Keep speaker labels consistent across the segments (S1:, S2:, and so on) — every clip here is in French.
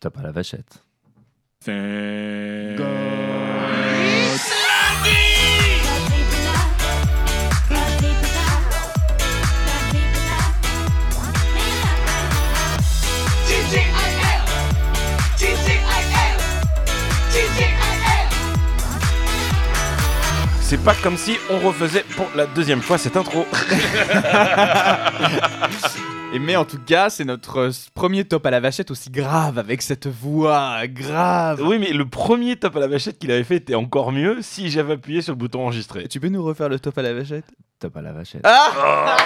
S1: T'as pas la vachette.
S2: C'est pas comme si on refaisait pour la deuxième fois cette intro.
S3: Et mais en tout cas, c'est notre euh, premier top à la vachette aussi grave avec cette voix grave.
S2: Oui, mais le premier top à la vachette qu'il avait fait était encore mieux si j'avais appuyé sur le bouton enregistrer.
S3: Tu peux nous refaire le top à la vachette
S1: T'as pas la vachette.
S2: Ah,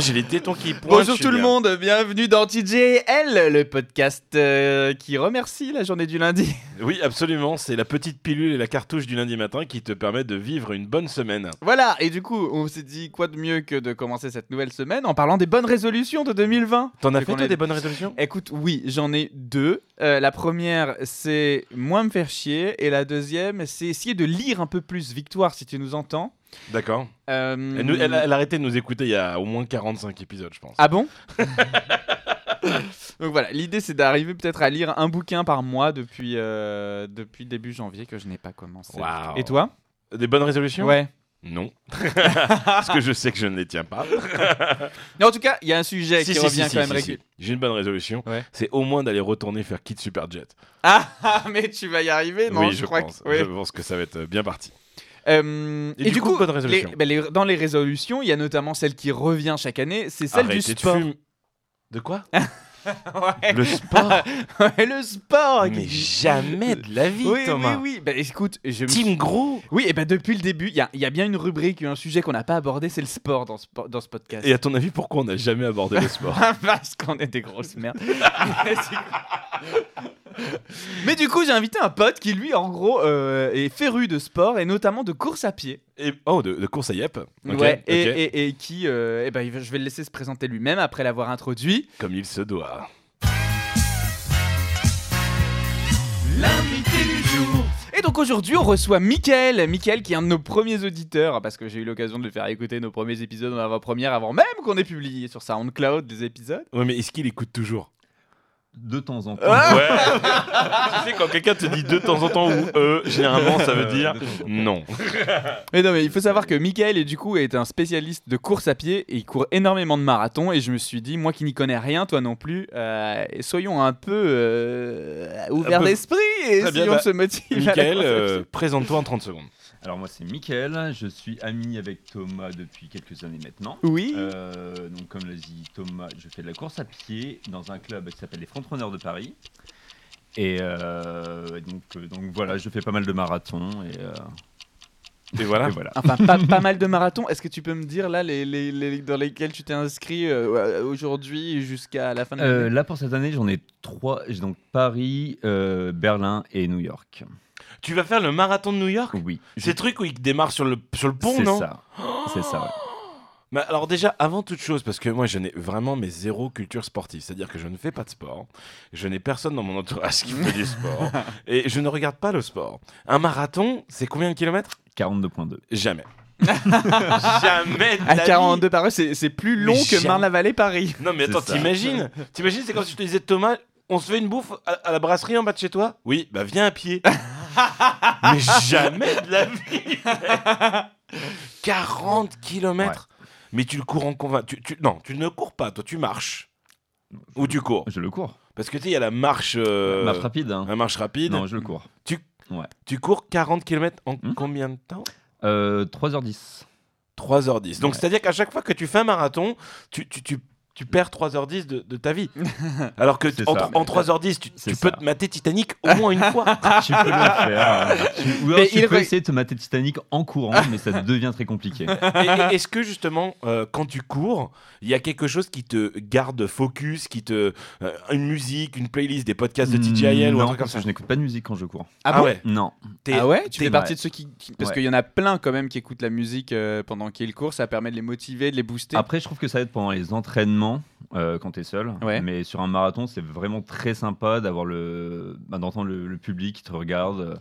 S2: j'ai les tétons qui pointent.
S3: Bonjour tout le
S2: Julien.
S3: monde, bienvenue dans TJL, le podcast euh, qui remercie la journée du lundi.
S2: Oui, absolument. C'est la petite pilule et la cartouche du lundi matin qui te permet de vivre une bonne semaine.
S3: Voilà, et du coup, on s'est dit quoi de mieux que de commencer cette nouvelle semaine en parlant des bonnes résolutions de 2020
S2: T'en as
S3: Fait
S2: fait
S3: qu'on
S2: toi,
S3: est-
S2: des bonnes résolutions
S3: Écoute, oui, j'en ai deux. Euh, la première, c'est moins me faire chier, et la deuxième, c'est essayer de lire un peu plus. Victoire, si tu nous entends.
S2: D'accord.
S3: Euh,
S2: Elle, nous- elle a- elle a arrêté de nous écouter il y a au moins 45 épisodes, je pense.
S3: Ah bon Donc voilà, l'idée c'est d'arriver peut-être à lire un bouquin par mois depuis, euh, depuis début janvier que je n'ai pas commencé.
S2: Waouh.
S3: Et toi
S2: Des bonnes résolutions
S3: Ouais.
S2: Non. Parce que je sais que je ne les tiens pas.
S3: Mais en tout cas, il y a un sujet
S2: Si,
S3: qui
S2: si,
S3: revient
S2: si,
S3: quand
S2: si,
S3: même
S2: si, si.
S3: régulièrement.
S2: J'ai une bonne résolution.
S3: Ouais.
S2: C'est au moins d'aller retourner faire Kid Superjet.
S3: Ah, ah, mais tu vas y arriver, non
S2: oui, je,
S3: crois
S2: pense.
S3: que- oui.
S2: Je pense que ça va être euh, bien parti.
S3: Euh,
S2: Et du coup, bonne résolution.
S3: les- bah, les- dans les résolutions, il y a notamment celle qui revient chaque année, c'est celle
S2: Arrêtez
S3: du
S2: de
S3: sport.
S2: fumer. De quoi
S3: Ouais.
S2: Le sport
S3: Ouais, le sport
S2: Mais jamais de la vie,
S3: Oui, oui,
S2: Thomas.
S3: oui. Bah, écoute, je me
S2: Team Gros
S3: Oui, et ben depuis le début, il y a, il y a bien une rubrique, un sujet qu'on n'a pas abordé, c'est le sport dans ce, po- dans ce podcast.
S2: Et à ton avis, pourquoi on n'a jamais abordé le sport
S3: Ah, Parce qu'on est des grosses merdes. Mais du coup, j'ai invité un pote qui, lui, en gros, euh, est féru de sport et notamment de course à pied.
S2: Et- Oh, de, de course à Yep Ok,
S3: ouais, et,
S2: ok.
S3: et- et qui, euh, eh ben, il va- je vais le laisser se présenter lui-même après l'avoir introduit.
S2: Comme il se doit.
S3: L'invité du jour. Et donc aujourd'hui, on reçoit Mickaël. Mickaël qui est un de nos premiers auditeurs, parce que j'ai eu l'occasion de le faire écouter nos premiers épisodes en avant-première avant même qu'on ait publié sur SoundCloud des épisodes.
S2: Ouais, mais est-ce qu'il écoute toujours
S4: De temps en temps.
S2: Ouais Tu sais, quand quelqu'un te dit de temps en temps ou euh, généralement, ça veut
S4: Euh,
S2: dire
S4: de temps en temps.
S2: non.
S3: Mais non, mais il faut savoir que Michael est du coup est un spécialiste de course à pied et il court énormément de marathons. Et je me suis dit, moi qui n'y connais rien, toi non plus, euh, soyons un peu euh, ouverts
S2: peu-
S3: d'esprit et
S2: Très bien,
S3: essayons
S2: bah,
S3: de se motive. à la
S2: Michael,
S3: course à
S2: euh,
S3: pied.
S2: présente-toi en 30 secondes.
S4: Alors moi c'est Mickaël, je suis ami avec Thomas depuis quelques années maintenant.
S3: oui.
S4: Euh, donc comme l'a dit Thomas, je fais de la course à pied dans un club qui s'appelle les Frontrunners de Paris. Et euh, et donc, euh, donc voilà, je fais pas mal de marathons et, euh,
S2: Et voilà.
S4: et voilà.
S3: Enfin, pas, pas mal de marathons. Est-ce que tu peux me dire là les, les- les- dans lesquels tu t'es inscrit euh, aujourd'hui jusqu'à la fin de
S4: Euh,
S3: l'année
S4: là pour cette année j'en ai trois, j'ai donc Paris, euh, Berlin et New York.
S2: Tu vas faire le marathon de New York
S4: Oui,
S2: Ces trucs où il démarre sur le, sur le pont,
S4: c'est
S2: non
S4: ça. C'est ça. ouais.
S2: Mais alors déjà, avant toute chose, parce que moi je n'ai vraiment mes zéro culture sportive, c'est-à-dire que je ne fais pas de sport, je n'ai personne dans mon entourage qui fait du sport, et je ne regarde pas le sport. Un marathon, c'est combien de kilomètres
S4: 42.2.
S2: Jamais. Jamais de
S3: À
S2: la vie.
S3: 42 par heure, c'est c'est plus long
S2: Mais
S3: que
S2: jamais.
S3: Marne-la-Vallée Paris.
S2: Non mais
S4: C'est
S2: attends,
S4: ça.
S2: t'imagines T'imagines, c'est comme si je te disais Thomas, on se fait une bouffe à, à la brasserie en bas de chez toi Oui, bah viens à pied. mais jamais de la vie. 40 kilomètres. Mais tu le cours en convainc. Tu, tu- non, tu ne cours pas, toi tu marches. Ou tu cours.
S4: Je le cours.
S2: Parce que tu sais, il y a la marche, euh,
S4: Ma rapide. hein.
S2: la marche rapide.
S4: Non, je le cours.
S2: Tu cours 40 km en
S4: Hmm.
S2: combien de temps
S4: Euh, 3h10.
S2: 3h10. Donc
S4: Ouais.
S2: c'est-à-dire qu'à chaque fois que tu fais un marathon, tu, tu, tu, tu perds 3h10 de, de ta vie. Alors que
S4: C'est
S2: en,
S4: ça.
S2: en 3h10, tu,
S4: C'est
S2: tu peux
S4: ça.
S2: te mater Titanic au moins une fois.
S4: tu peux le faire. Tu, ou alors
S3: Mais
S4: tu
S3: il
S4: peux
S3: re-
S4: essayer de te mater Titanic en courant, mais ça devient très compliqué.
S2: Et- et- Est-ce que justement, euh, quand tu cours, il y a quelque chose qui te garde focus, qui te euh, une musique, une playlist, des podcasts de TGIL ou un
S4: Non,
S2: truc comme
S4: parce
S2: ça
S4: que je n'écoute pas de musique quand je cours.
S3: Hmm, Ah bon
S2: ouais.
S4: Non.
S2: T'es-
S3: Ah ouais Tu
S2: t'es-
S3: fais partie de ceux qui. qui- parce
S4: Ouais.
S3: qu'il y en a plein quand même qui écoutent la musique euh, pendant qu'ils courent, ça permet de les motiver, de les booster.
S4: Après, je trouve que ça aide pendant les entraînements euh, quand t'es seul.
S3: Ouais.
S4: Mais sur un marathon, c'est vraiment très sympa d'avoir le, bah, d'entendre le, le public qui te regarde, euh,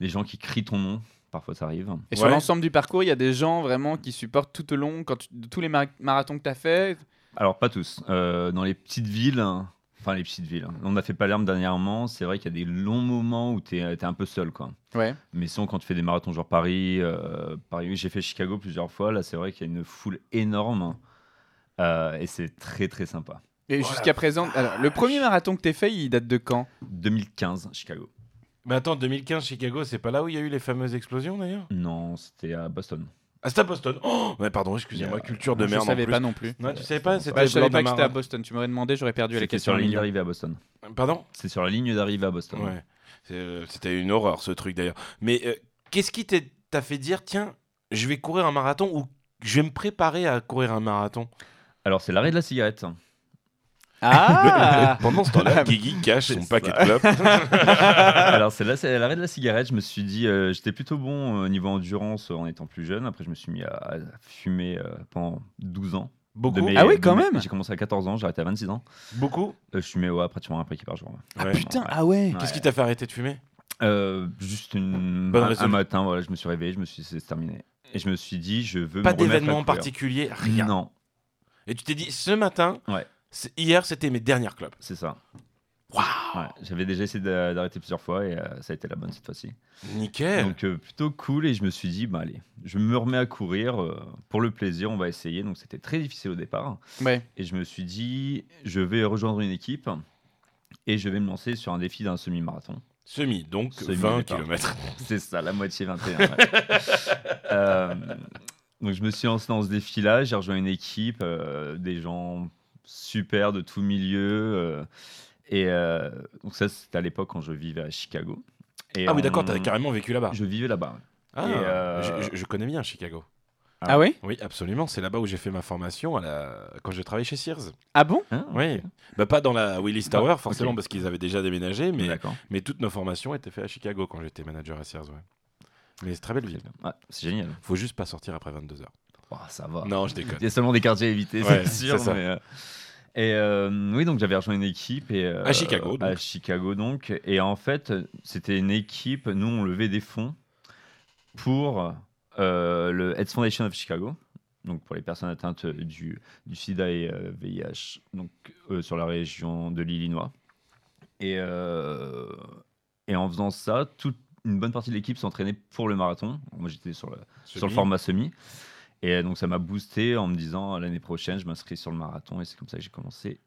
S4: les gens qui crient ton nom. Parfois, ça arrive.
S3: Et sur
S2: Ouais.
S3: l'ensemble du parcours, il y a des gens vraiment qui supportent tout au long, quand tu- de tous les mar- marathons que tu as fait.
S4: Alors pas tous. Euh, dans les petites villes, hein, Enfin, les petites villes. On a fait Palerme dernièrement. C'est vrai qu'il y a des longs moments où tu es, un peu seul. Quoi.
S3: Ouais.
S4: Mais sinon, quand tu fais des marathons, genre Paris, euh, Paris j'ai fait Chicago plusieurs fois. Là, c'est vrai qu'il y a une foule énorme. Euh, et c'est très, très sympa.
S3: Et
S2: Oh la
S3: jusqu'à présent, alors le premier marathon que t'es fait, il date de quand
S4: 2015, Chicago.
S2: Mais attends, 2015, Chicago, c'est pas là où il y a eu les fameuses explosions d'ailleurs
S4: Non, c'était à Boston.
S2: Ah, c'était à Boston. Oh Mais pardon, excusez-moi,
S4: Il y a-
S2: culture de
S3: Je
S2: merde en
S3: savais
S2: plus.
S3: pas non plus.
S2: Non, tu savais pas, c'était
S3: Ouais, je savais
S2: lors
S3: pas
S2: d'un
S3: que c'était à
S2: marathon.
S3: Boston. Tu m'aurais demandé, j'aurais perdu à la
S4: C'était
S3: question.
S4: sur la ligne
S3: million.
S4: d'arrivée à Boston.
S2: Pardon
S4: C'est sur la ligne d'arrivée à Boston.
S2: Ouais. C'est, euh, C'était une horreur ce truc d'ailleurs. Mais euh, qu'est-ce qui t'est- t'a fait dire tiens, je vais courir un marathon ou je vais me préparer à courir un marathon
S4: Alors, c'est l'arrêt de la cigarette.
S3: Ah
S2: Pendant ce temps-là, Guigui cache son
S4: C'est
S2: paquet de clopes.
S4: Ah, Alors, c'est là, c'est à l'arrêt de la cigarette. Je me suis dit, euh, j'étais plutôt bon au niveau endurance euh, en étant plus jeune. Après, je me suis mis à, à fumer euh, pendant 12 ans. De
S2: Beaucoup
S4: mes-
S3: Ah oui,
S4: de
S3: quand
S4: mes-
S3: même
S4: J'ai commencé à 14 ans, j'ai arrêté à 26 ans.
S2: Beaucoup
S4: Euh, je fumais ouais, pratiquement un paquet par jour.
S3: Ah
S2: Ouais.
S3: putain, ah ouais
S2: Qu'est-ce
S4: Ouais.
S2: qui t'a fait arrêter de fumer
S4: Euh, juste une,
S2: Bonne
S4: un,
S2: résolution.
S4: un matin, voilà, je me suis réveillé, je me suis dit, c'est terminé. Et je me suis dit, je veux
S2: Pas
S4: me remettre à
S2: d'événement en
S4: courir.
S2: particulier, rien.
S4: Non,
S2: Et tu t'es dit ce matin,
S4: Ouais.
S2: c'est- hier c'était mes dernières clopes.
S4: c'est ça.
S2: Waouh
S4: Ouais, J'avais déjà essayé d'a- d'arrêter plusieurs fois et euh, ça a été la bonne cette fois-ci.
S2: Nickel.
S4: Donc euh, plutôt cool et je me suis dit, bah allez, je me remets à courir euh, pour le plaisir, on va essayer. Donc c'était très difficile au départ.
S3: Ouais.
S4: Et je me suis dit, je vais rejoindre une équipe et je vais me lancer sur un défi d'un semi-marathon.
S2: Semi, donc
S4: Semi,
S2: 20
S4: départ.
S2: km.
S4: C'est ça, la moitié 21. ouais. Euh, donc je me suis lancé dans ce défi-là, j'ai rejoint une équipe, euh, des gens super de tout milieu. euh, et euh, donc ça, c'était à l'époque quand je vivais à Chicago. Et
S2: Ah oui,
S4: on-
S2: d'accord, t'avais carrément vécu là-bas.
S4: Je vivais là-bas.
S2: Ah,
S4: Et, euh,
S2: je- je- je connais bien Chicago.
S3: Ah ouais
S2: Oui, absolument. C'est là-bas où j'ai fait ma formation à la... quand j'ai travaillé chez Sears.
S3: Ah bon
S4: Hein
S2: Oui. Bah, pas dans la Willis
S4: Bah,
S2: Tower, forcément,
S4: ok.
S2: parce qu'ils avaient déjà déménagé, mais,
S4: D'accord.
S2: mais toutes nos formations étaient faites à Chicago quand j'étais manager à Sears. Ouais. Mais c'est très belle ville.
S4: Ouais, c'est génial.
S2: Faut juste pas sortir après 22h.
S4: Oh, ça va.
S2: Non, je déconne.
S4: Il y a seulement des quartiers à éviter,
S2: Ouais,
S4: c'est sûr.
S2: c'est ça.
S4: mais, euh, Et euh, oui, donc j'avais rejoint une équipe. Et, euh,
S2: À Chicago, donc.
S4: À Chicago, donc. Et en fait, c'était une équipe, nous, on levait des fonds pour euh, le Heads Foundation of Chicago, donc pour les personnes atteintes du, du sida et euh, VIH, donc euh, sur la région de l'Illinois. Et, euh, et en faisant ça, toute une bonne partie de l'équipe s'entraînait pour le marathon. Moi, j'étais sur le sur le
S2: Semi.
S4: format semi. Et euh, donc ça m'a boosté en me disant l'année prochaine je m'inscris sur le marathon et c'est comme ça que j'ai commencé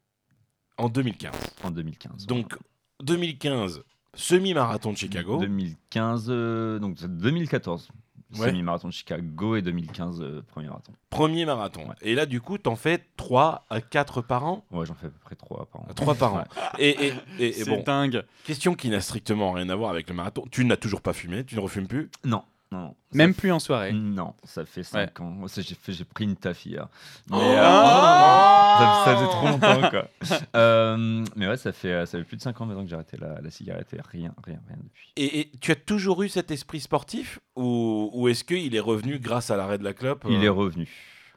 S2: En 2015.
S4: en 2015.
S2: Donc, 2015, semi-marathon de Chicago.
S4: 2015, euh, donc c'est 2014
S2: Ouais.
S4: semi-marathon de Chicago et 2015 euh, premier marathon.
S2: Premier marathon.
S4: Ouais.
S2: Et là, du coup, t'en fais 3 à 4 par an.
S4: Ouais j'en fais à peu près trois par an.
S2: 3 par an.
S4: Ah.
S2: Et, et- et- et
S3: C'est
S2: bon,
S3: dingue.
S2: question qui n'a strictement rien à voir avec le marathon. Tu n'as toujours pas fumé, tu ne refumes plus.
S4: Non, non, non. Ça
S3: Même plus en soirée.
S4: Non, ça fait 5 ans. Moi, ça, J'ai fait- j'ai pris une taf hier. Mais,
S2: Oh
S4: euh,
S3: Ah!
S4: ça, ça faisait trop longtemps, quoi. Euh, mais ouais, ça fait, euh, ça fait plus de 5 ans maintenant que j'ai arrêté la, la cigarette et rien, rien, rien depuis.
S2: Et, et tu as toujours eu cet esprit sportif ou, ou est-ce qu'il est revenu grâce à l'arrêt de la clope euh
S4: Il est revenu.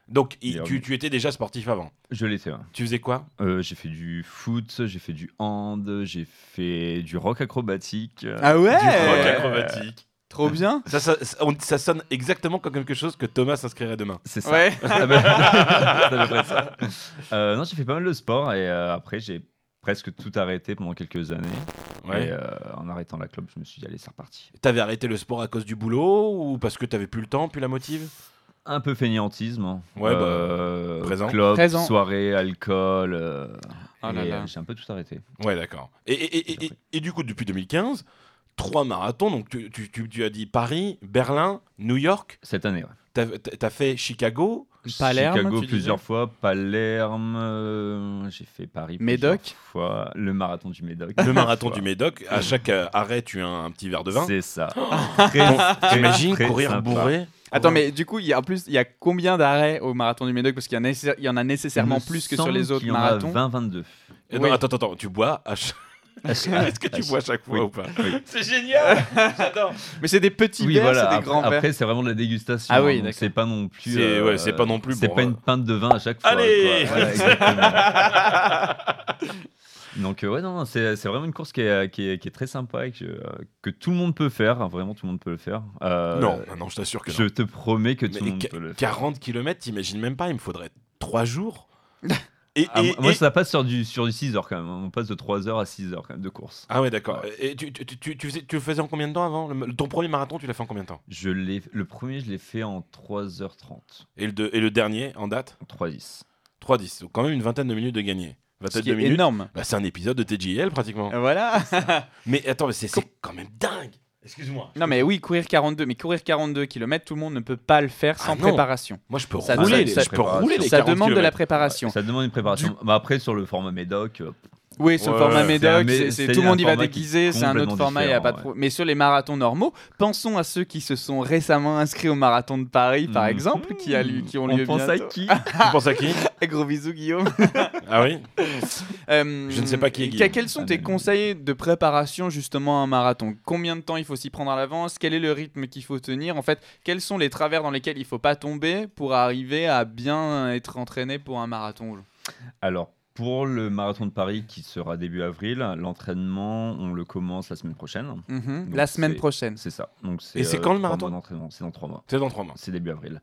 S2: Donc
S4: il
S2: il-
S4: est
S2: tu,
S4: revenu.
S2: tu étais déjà sportif avant.
S4: Je l'étais, ouais.
S2: Tu faisais quoi
S4: Euh, j'ai fait du foot, j'ai fait du hand, j'ai fait du rock acrobatique. euh,
S3: Ah
S4: rock
S3: ouais
S4: acro-
S3: Trop bien
S2: Ça, ça, ça- on- ça sonne exactement comme quelque chose que Thomas s'inscrirait demain.
S4: C'est ça.
S3: Ouais.
S4: Ah ben, c'est à peu près ça. Euh, non, j'ai fait pas mal de sport et euh, après j'ai presque tout arrêté pendant quelques années. Et
S2: Et, euh,
S4: euh, en arrêtant la clope, je me suis dit allez, c'est reparti.
S2: T'avais arrêté le sport à cause du boulot ou parce que t'avais plus le temps, plus la motive
S4: Un peu fainéantisme. hein.
S2: Ouais, bah,
S4: Euh,
S2: présent.
S4: Clope,
S3: Présent.
S4: soirée, alcool. euh,
S3: Oh là
S4: et,
S3: là.
S4: euh, j'ai un peu tout arrêté.
S2: Ouais, d'accord. Et, et- et- et- et- et du coup, depuis 2015, trois marathons. Donc tu, tu- tu- tu as dit Paris, Berlin, New York.
S4: Cette année, ouais.
S2: T'as t'as fait Chicago.
S3: Palerme,
S4: Chicago
S3: tu disais
S4: plusieurs fois, Palerme, euh, j'ai fait Paris
S3: Médoc.
S4: plusieurs fois, le marathon du Médoc.
S2: Le marathon
S4: Fois.
S2: du Médoc, à chaque euh, arrêt, tu as un, un petit verre de vin.
S4: C'est ça.
S3: Oh
S4: Ah,
S2: Bon, T'imagines
S4: très
S2: courir
S4: sympa.
S2: bourré
S3: Attends, mais du coup, il y a, en plus, il y a combien d'arrêts au marathon du Médoc Parce qu'il y, en a nécessaire- il y en a nécessairement plus que sur les autres marathons.
S4: 20, 22.
S2: Euh,
S3: Oui.
S2: Non, attends, attends, tu bois à chaque... Est-ce que tu bois à chaque fois
S4: Oui.
S2: ou pas
S4: Oui.
S2: C'est génial J'adore
S3: Mais c'est des petits verres, c'est
S4: Après,
S3: des grands verres.
S4: après, c'est vraiment de la dégustation.
S3: Ah oui,
S4: hein, donc
S3: d'accord.
S4: C'est pas non plus.
S2: C'est- ouais, c'est pas non plus
S4: C'est
S2: pour,
S4: pas
S2: euh,
S4: une pinte de vin à chaque fois.
S2: Allez
S4: quoi. Voilà, exactement. Donc euh, ouais non, non, c'est c'est vraiment une course qui est, euh, qui est, qui est très sympa et que, euh, que tout le monde peut faire, hein, vraiment tout le monde peut le faire. Euh,
S2: Non,
S3: ah
S2: non, je t'assure que non.
S4: je te promets que tout
S2: Mais
S4: le monde
S2: qu-
S4: peut le faire.
S2: 40 km, t'imagines même pas, il me faudrait 3 jours Et,
S4: Ah,
S2: et-
S4: moi,
S2: et-
S4: ça passe sur du, sur du 6 heures quand même. hein. On passe de 3 heures à 6 heures quand même de course.
S2: Ah ouais, d'accord. Et tu, tu, tu- tu faisais, tu le faisais en combien de temps avant Le- Ton premier marathon, tu l'as fait en combien de temps
S4: Je l'ai- le premier, je l'ai fait en 3h30.
S2: et le, de- et le dernier, en date
S4: En 3h10.
S2: 3-10. Donc quand même une vingtaine de minutes de gagné.
S3: Ce
S2: 22
S3: qui est
S2: minutes.
S3: énorme. Ah
S2: Bah, c'est un épisode de TJL pratiquement.
S3: Voilà.
S2: Mais attends, mais c'est c'est quand même dingue. Excuse-moi.
S3: non mais oui, courir 42, mais courir 42 km, tout le monde ne peut pas le faire sans
S2: Ah non.
S3: préparation.
S2: Moi, je peux
S3: Ça-
S2: rouler.
S3: ça-
S2: les-
S3: ça-
S2: je peux rouler les
S3: Ça
S2: 40
S3: demande de la
S2: kilomètres.
S3: préparation.
S4: Ça demande une préparation. Bah, après, sur le format médoc, euh,
S3: Oui, sur le
S2: Ouais,
S3: format
S2: c'est un
S3: médoc,
S4: mé-
S3: c'est- c'est
S4: c'est
S3: tout le
S4: un
S3: monde y va
S4: format qui est
S3: déguisé, c'est un autre
S4: complètement
S3: format, il y a pas de
S4: différent,
S3: pro- Mais sur les marathons normaux, pensons à ceux qui se sont récemment inscrits au marathon de Paris, par
S4: Mhm.
S3: exemple, qui, a lieu, qui ont
S4: on
S3: lieu
S4: pense à
S3: bientôt.
S4: qui
S2: Tu penses à qui
S3: Gros bisous, Guillaume.
S2: Ah oui
S3: Euh,
S2: Je ne sais pas qui est
S3: que-
S2: Guillaume.
S3: Quels sont
S4: Ah,
S3: tes
S4: non.
S3: conseils de préparation justement à un marathon Combien de temps il faut s'y prendre à l'avance Quel est le rythme qu'il faut tenir En fait, quels sont les travers dans lesquels il faut pas tomber pour arriver à bien être entraîné pour un marathon
S4: Alors, pour le marathon de Paris qui sera début avril, l'entraînement, on le commence la semaine prochaine.
S3: Mhm.
S4: Donc,
S3: La semaine
S4: c'est-
S3: prochaine.
S4: C'est ça. Donc,
S2: Et c'est
S4: euh,
S2: quand le
S4: trois
S2: marathon
S4: mois d'entraînement. C'est dans 3 mois.
S2: C'est dans 3 mois.
S4: C'est début avril.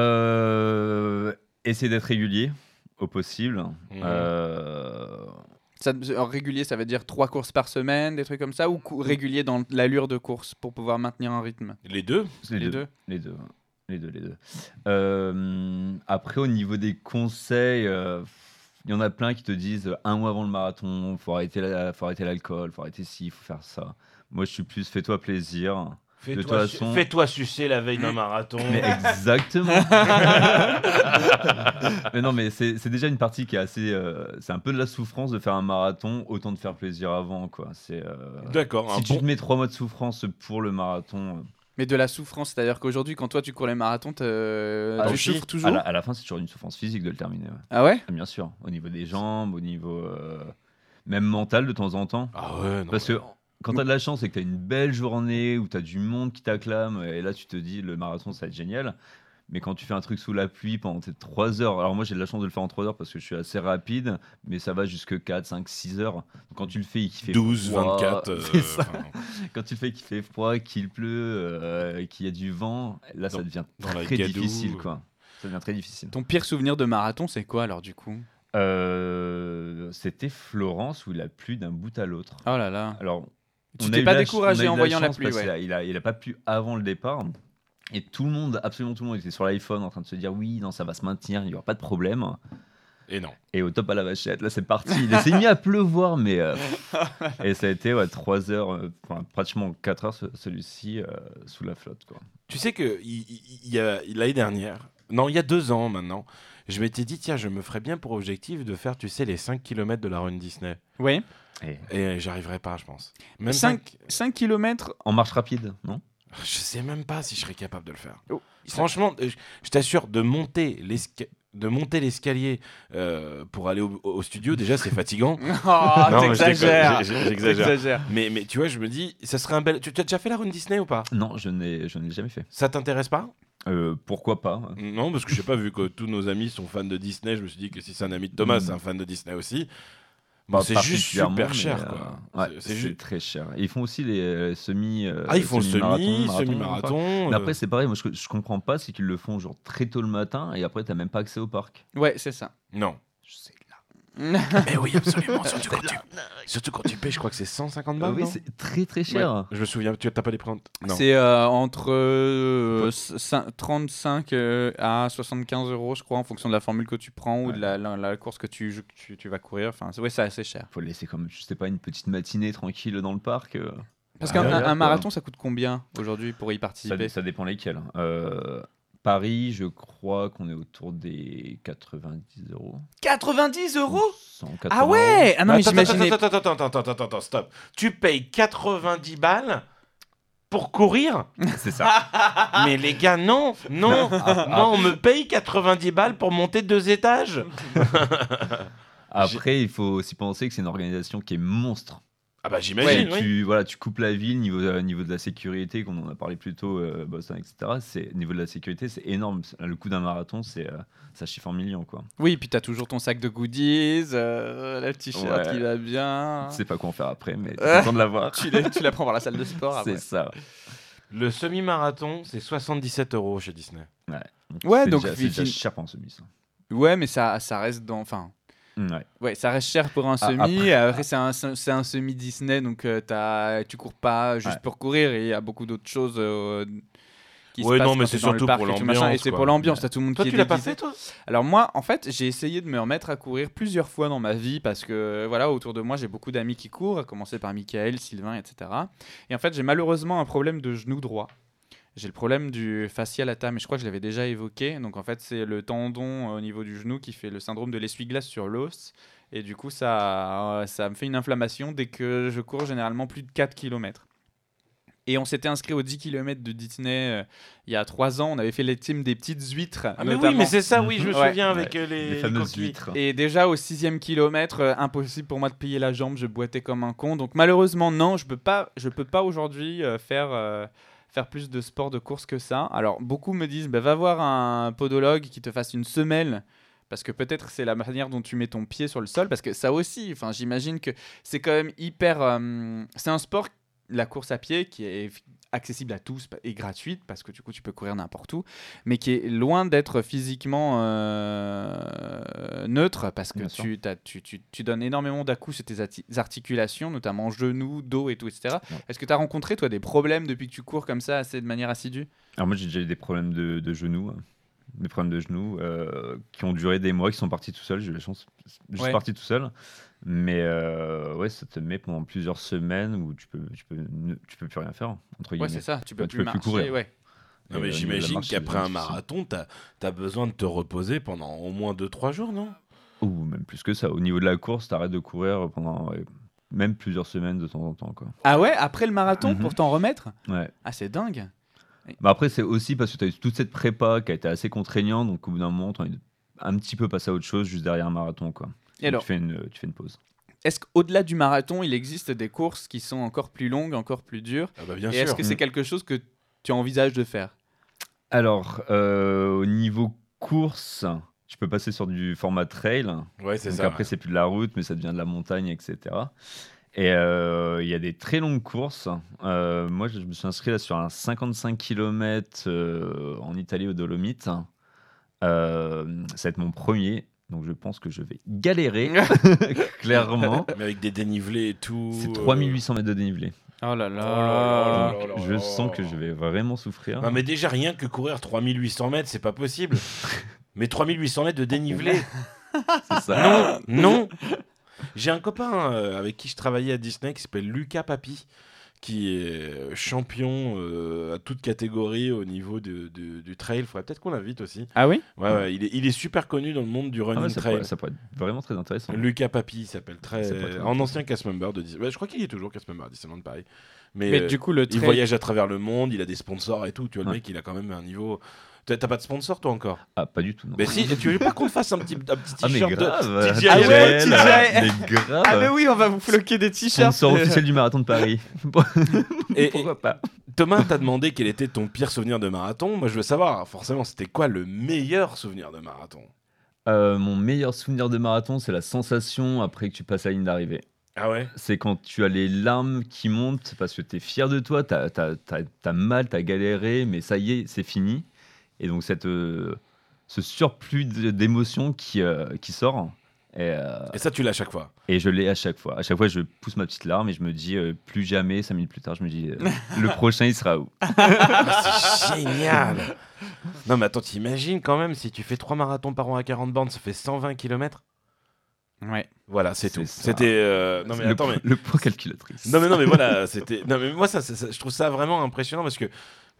S4: Euh, essayez d'être régulier au possible.
S2: Mhm.
S4: Euh,
S3: Ça, en régulier, ça veut dire trois courses par semaine, des trucs comme ça, ou cou- régulier dans l'allure de course pour pouvoir maintenir un rythme
S2: Les deux
S4: les, deux. Les deux. hein. Les deux, les deux. Euh, après, au niveau des conseils, euh, il y en a plein qui te disent euh, un mois avant le marathon, faut arrêter la- faut arrêter l'alcool, faut arrêter ci, faut faire ça. Moi, je suis plus fais-toi plaisir. De toute
S2: su-
S4: façon-
S2: fais-toi sucer la veille d'un marathon.
S4: Mais exactement. mais non, mais c'est c'est déjà une partie qui est assez. euh, c'est un peu de la souffrance de faire un marathon, autant de faire plaisir avant, quoi. C'est. euh,
S2: D'accord, un
S4: si tu te
S2: bon...
S4: mets trois mois de souffrance pour le marathon, euh,
S3: Mais de la souffrance, c'est-à-dire qu'aujourd'hui, quand toi tu cours les marathons, te-
S4: ah,
S3: Euh, tu
S4: si,
S3: souffres toujours.
S4: À la, à la fin, c'est toujours une souffrance physique de le terminer. ouais.
S3: Ah ouais
S4: Ah, Bien sûr, au niveau des jambes, au niveau euh, même mental de temps en temps.
S2: Ah ouais, non.
S4: Parce que quand t'as de la chance et que t'as une belle journée où t'as du monde qui t'acclame, et là tu te dis le marathon ça va être génial. Mais quand tu fais un truc sous la pluie pendant tes 3 heures, alors moi j'ai de la chance de le faire en 3 heures parce que je suis assez rapide, mais ça va jusque 4, 5, 6 heures. Donc, quand tu le fais et qu'il fait
S2: 12,
S4: froid,
S2: 24... euh,
S4: c'est ça.
S2: enfin,
S4: Quand tu le fais qu'il fait froid, qu'il pleut, euh, qu'il y a du vent, là ça
S2: Dans-
S4: devient
S2: dans la
S4: très
S2: gadoue.
S4: difficile quoi. Ça devient très difficile.
S3: Ton pire souvenir de marathon, c'est quoi alors du coup
S4: Euh, C'était Florence où il a plu d'un bout à l'autre.
S3: Oh là là.
S4: Alors,
S3: Tu
S4: on a
S3: t'es
S4: eu
S3: pas
S4: la ch- on a
S3: découragé
S4: eu
S3: en
S4: la
S3: voyant la
S4: chance
S3: pluie,
S4: parce
S3: ouais.
S4: qu'il a- il, a, il a pas plu avant le départ. Et tout le monde, absolument tout le monde, était sur l'iPhone en train de se dire oui, non, ça va se maintenir, il n'y aura pas de problème.
S2: Et non.
S4: Et au top à la vachette, là c'est parti. Il s'est mis à pleuvoir, mais. euh, et ça a été ouais, 3 heures, euh, enfin, pratiquement 4 heures ce- celui-ci euh, sous la flotte. Quoi.
S2: Tu sais que il- il- il y a- l'année dernière, non, il y a deux ans maintenant, je m'étais dit, tiens, je me ferais bien pour objectif de faire, tu sais, les 5 km de la run Disney.
S3: Oui.
S4: Et
S2: Et j'arriverai pas, je pense. Même
S3: Cinq-
S2: cinq-
S3: 5 km.
S4: en marche rapide, non
S2: Je sais même pas si je serais capable de le faire.
S3: Oh.
S2: Franchement, euh, je je t'assure, de monter l'esca- de monter l'escalier euh, pour aller au, au studio, déjà, c'est fatigant.
S3: Oh,
S2: Non, mais je
S3: t'exagères.
S2: déconne, j'ai- j'ai- J'exagère.
S3: T'exagères.
S2: Mais, mais tu vois, je me dis, ça serait un bel. Tu, tu as déjà fait la run Disney ou pas
S4: Non, je n'ai je ne l'ai jamais fait.
S2: Ça t'intéresse pas
S4: Euh, pourquoi pas
S2: Non, parce que je sais pas, vu que tous nos amis sont fans de Disney, je me suis dit que si c'est un ami de Thomas,
S4: Mm. Bah,
S2: c'est un fan de Disney aussi. Bon,
S4: Pas
S2: Bah, c'est juste
S4: particulièrement,
S2: super
S4: mais,
S2: cher,
S4: euh,
S2: quoi.
S4: ouais,
S2: C'est- c'est
S4: c'est
S2: juste-
S4: très cher. Et ils font aussi les euh, semi. euh,
S2: Ah, ils font le semi,
S4: marathon, marathon,
S2: semi-marathon.
S4: Mais
S2: euh,
S4: après, c'est pareil, moi je, je comprends pas, c'est qu'ils le font genre très tôt le matin et après t'as même pas accès au parc.
S3: Ouais, c'est ça.
S2: euh, Non.
S4: Je sais là.
S2: Mais oui, absolument. Surtout quand tu, surtout quand tu payes, je crois que c'est 150 balles.
S4: Euh, Ah oui,
S2: non
S4: c'est très très cher.
S2: Ouais, je me souviens, tu t'as pas les prendre. Non.
S3: C'est euh, entre euh, cin- 35 euh, à 75 euros, je crois, en fonction de la formule que tu prends ou de la, la- la course que tu, que tu, tu vas courir. Enfin, c'est- ouais, c'est assez cher.
S4: Faut laisser comme, je sais pas, une petite matinée tranquille dans le parc. euh.
S3: Parce
S4: Ah,
S3: qu'un
S4: ouais,
S3: un-
S4: ouais,
S3: un
S4: quoi.
S3: marathon, ça coûte combien aujourd'hui pour y
S4: Ça,
S3: participer
S4: ça dépend lesquels. Euh, Paris, je crois qu'on est autour des 90 euros.
S3: 90
S4: Ou 180
S3: Ah ouais Ah non, mais
S2: attends,
S3: j'imaginais.
S2: attends, attends, attends, attends, attends, attends, attends, stop. Tu payes 90 balles pour courir
S4: euros. C'est ça.
S2: Mais les gars, non, non, moi on me paye 90 balles pour monter deux étages.
S4: Après, il faut aussi penser que c'est une organisation qui est monstre.
S2: Ah bah
S4: Ouais,
S2: j'imagine, oui.
S4: tu, voilà, tu coupes la ville niveau, euh, niveau de la sécurité, qu'on en a parlé plus tôt, euh, Boston, etc. C'est niveau de la sécurité, c'est énorme. Le coût d'un marathon, c'est euh, ça chiffre en millions, quoi.
S3: Oui, puis t'as toujours ton sac de goodies, euh, le t-shirt
S4: Ouais.
S3: qui va bien.
S4: Tu sais pas quoi en faire après, mais
S3: Ouais.
S4: t'es content de l'avoir.
S3: Ah. Euh. Tu la, tu la prends par la salle de sport après.
S4: c'est ça.
S2: Le semi-marathon, c'est 77 euros chez Disney.
S4: Donc,
S3: Ouais,
S4: c'est
S3: donc,
S4: déjà, c'est
S3: fi-
S4: déjà hein,
S3: fi-
S4: cher pour un semi, ça.
S3: Ouais, mais ça, ça reste dans.
S4: hein.
S3: Enfin,
S4: Ouais.
S3: ouais, ça reste cher pour un semi.
S4: après-
S3: Après, c'est un, c'est un semi Disney, donc euh, t'as- tu cours pas juste
S4: Ouais.
S3: pour courir. et Il y a beaucoup d'autres choses euh, qui
S2: Ouais,
S3: se passent
S2: non, mais
S3: quand
S2: c'est
S3: t'es dans le
S2: surtout
S3: parc
S2: pour
S3: et tout machin, Et
S2: l'ambiance,
S3: c'est
S2: quoi.
S3: pour l'ambiance. T'as tout le monde
S2: Toi,
S3: qui
S2: tu
S3: est
S2: l'as pas
S3: déguisé.
S2: fait, toi
S3: Alors moi, en fait, j'ai essayé de me remettre à courir plusieurs fois dans ma vie parce que voilà, autour de moi, j'ai beaucoup d'amis qui courent, à commencer par Michael, Sylvain, etc. Et en fait, j'ai malheureusement un problème de genou droit. J'ai le problème du facial lata, mais je crois que je l'avais déjà évoqué. Donc en fait, c'est le tendon euh, au niveau du genou qui fait le syndrome de l'essuie-glace sur l'os. Et du coup, ça, euh, ça me fait une inflammation dès que je cours généralement plus de 4 km. Et on s'était inscrit aux 10 km de Disney euh, il y a 3 ans. On avait fait les teams des petites huîtres.
S2: Ah, mais oui,
S3: notamment.
S2: mais c'est ça, oui, je me
S3: Ouais.
S2: souviens
S4: Ouais.
S2: avec euh, les,
S4: Les fameuses
S2: coquilles.
S4: huîtres.
S3: Et déjà au sixième kilomètre, euh, impossible pour moi de plier la jambe, je boitais comme un con. Donc malheureusement, non, je peux pas, je peux pas aujourd'hui euh, faire, euh, faire plus de sport de course que ça. Alors beaucoup me disent, bah, va voir un podologue qui te fasse une semelle. Parce que peut-être c'est la manière dont tu mets ton pied sur le sol, parce que ça aussi, enfin, j'imagine que c'est quand même hyper. euh, c'est un sport, la course à pied, qui est eff- accessible à tous et gratuite, parce que du coup tu peux courir n'importe où, mais qui est loin d'être physiquement euh, neutre, parce que
S4: Bien sûr.
S3: tu, t'as- tu, tu- tu donnes énormément d'à-coups sur tes ati- articulations, notamment genoux, dos et tout, etc.
S4: Ouais.
S3: Est-ce que tu as rencontré, toi, des problèmes depuis que tu cours comme ça, assez de manière assidue
S4: Alors moi j'ai déjà eu des problèmes de, de genoux, hein. des problèmes de genoux euh, qui ont duré des mois, qui sont partis tout seuls. J'ai eu la chance, je suis
S3: Ouais.
S4: parti tout seul. Mais euh, ouais, ça te met pendant plusieurs semaines où tu peux, tu peux, ne- tu peux plus rien faire entre guillemets.
S3: Ouais, c'est ça, tu peux
S4: Bah, tu
S3: plus
S4: peux plus
S3: marcher.
S4: courir.
S3: ouais.
S2: Non,
S4: Et,
S2: mais
S4: euh, la
S2: j'imagine
S4: marche,
S2: qu'après un
S4: c'est-
S2: marathon, t'as as besoin de te reposer pendant au moins 2-3 jours, non
S4: Ou même plus que ça. Au niveau de la course, t'arrêtes de courir pendant ouais, même plusieurs semaines de temps en temps quoi.
S3: Ah ouais, après le marathon,
S4: Mhm.
S3: pour t'en remettre
S4: Ouais.
S3: Ah, c'est dingue
S4: Bah après, c'est aussi parce que tu as eu toute cette prépa qui a été assez contraignante, donc au bout d'un moment, tu un petit peu passer à autre chose juste derrière un marathon. Quoi.
S3: Et alors,
S4: tu, fais une, tu fais une pause.
S3: Est-ce qu'au-delà du marathon, il existe des courses qui sont encore plus longues, encore plus dures
S2: Ah bah bien
S3: Et est-ce
S2: sûr.
S3: que c'est
S4: Mm.
S3: quelque chose que tu envisages de faire
S4: Alors, euh, au niveau course, tu peux passer sur du format trail.
S2: Ouais, c'est
S4: Donc
S2: ça.
S4: après, c'est plus de la route, mais ça devient de la montagne, etc. Et euh, il y a des très longues courses. Euh, moi, je me suis inscrit là sur un 55 km en Italie aux Dolomites. Euh, ça va être mon premier, donc je pense que je vais galérer, clairement.
S2: Mais avec des dénivelés et tout.
S4: C'est
S2: euh,
S4: 3800 mètres de dénivelé.
S3: Oh là
S2: Oh là là.
S4: Donc, je sens que je vais vraiment souffrir.
S2: Non, mais déjà, rien que courir 3800 mètres, c'est pas possible. mais 3800 mètres de dénivelé,
S4: C'est ça.
S2: non, non. J'ai un copain euh, avec qui je travaillais à Disney qui s'appelle Lucas Papi, qui est champion euh, à toute catégorie au niveau de- de- du trail. Faudrait peut-être qu'on l'invite aussi.
S3: Ah oui
S2: Ouais, ouais, il est, il est super connu dans le monde du
S4: Ah ouais,
S2: running
S4: ça,
S2: trail.
S4: pourrait, ça pourrait être vraiment très intéressant.
S2: Lucas Papi il s'appelle très
S4: Ça pourrait être
S2: en ancien cast member de Dis- ouais, je crois qu'il est toujours cast member à Disneyland Paris. Mais,
S3: Mais
S2: euh,
S3: du coup, le
S2: il
S3: trail...
S2: voyage à travers le monde, il a des sponsors et tout. Tu vois, le
S4: Ouais.
S2: mec, il a quand même un niveau. T'as t'as pas de sponsor, toi, encore
S4: Ah, pas du tout. Non.
S2: Mais si, tu veux pas qu'on te fasse un petit, un petit
S4: ah, mais
S2: t-shirt de-
S4: grave. Ah
S2: TGIL,
S4: TGIL,
S3: TGIL.
S4: Mais grave.
S3: Ah mais oui, on va vous floquer des t-shirts
S4: Sponsor officiel du marathon de Paris.
S2: Et- et-
S4: Pourquoi pas
S2: Thomas, t'as demandé quel était ton pire souvenir de marathon. Moi, je veux savoir, forcément, c'était quoi le meilleur souvenir de marathon
S4: Euh, Mon meilleur souvenir de marathon, c'est la sensation après que tu passes la ligne d'arrivée.
S2: Ah ouais
S4: C'est quand tu as les larmes qui montent parce que tu es fier de toi, tu as, mal, tu as galéré, mais ça y est, c'est fini. Et donc cette, euh, ce surplus d- d'émotions qui, euh, qui sort. Et, euh,
S2: Et ça, tu l'as à chaque fois.
S4: et je l'ai à chaque fois. À chaque fois, je pousse ma petite larme et je me dis euh, plus jamais, cinq minutes plus tard, je me dis euh, le prochain, il sera où
S2: C'est génial Non, mais attends, t'imagines quand même, si tu fais 3 marathons par an à 40 bornes, ça fait 120 km
S3: Ouais.
S2: Voilà, c'est
S4: C'est
S2: tout.
S4: ça.
S2: C'était. euh, Non, mais
S4: le,
S2: attends, mais.
S4: le poids calculatrice.
S2: Non mais non mais voilà, c'était. Non mais moi ça, ça- ça- je trouve ça vraiment impressionnant parce que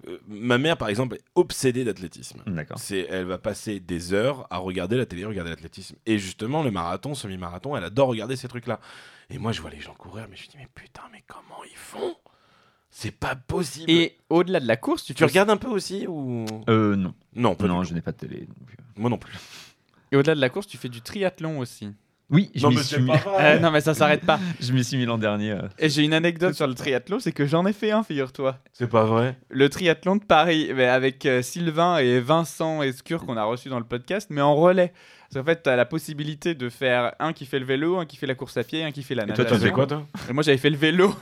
S2: euh, ma mère par exemple est obsédée d'athlétisme.
S4: D'accord.
S2: C'est, elle va passer des heures à regarder la télé, regarder l'athlétisme. Et justement, le marathon, semi-marathon, elle adore regarder ces trucs-là. Et moi, je vois les gens courir, mais je me dis, mais putain, mais comment ils font C'est pas possible.
S3: Et au-delà de la course, tu,
S2: tu regardes un peu aussi ou
S4: Euh, non,
S2: Non, pas
S4: non
S2: du tout.
S4: je n'ai pas de télé. donc, euh.
S2: moi non plus.
S3: Et au-delà de la course, tu fais du triathlon aussi.
S4: Oui, je
S2: non,
S4: m'y
S2: mais
S4: suis,
S2: c'est
S4: mis-
S2: pas
S3: Euh,
S2: vrai.
S3: non mais ça s'arrête pas.
S4: je m'y suis mis l'an dernier. euh.
S3: Et j'ai une anecdote sur le triathlon, c'est que j'en ai fait un, figure-toi.
S2: C'est pas vrai.
S3: le triathlon de Paris mais avec euh, Sylvain et Vincent Escure qu'on a reçu dans le podcast, mais en relais. Parce qu'en fait, tu as la possibilité de faire un qui fait le vélo, un qui fait la course à pied, un qui fait la
S4: toi,
S3: natation.
S4: t'en faisais quoi,
S2: toi
S3: Et Moi, j'avais fait le vélo.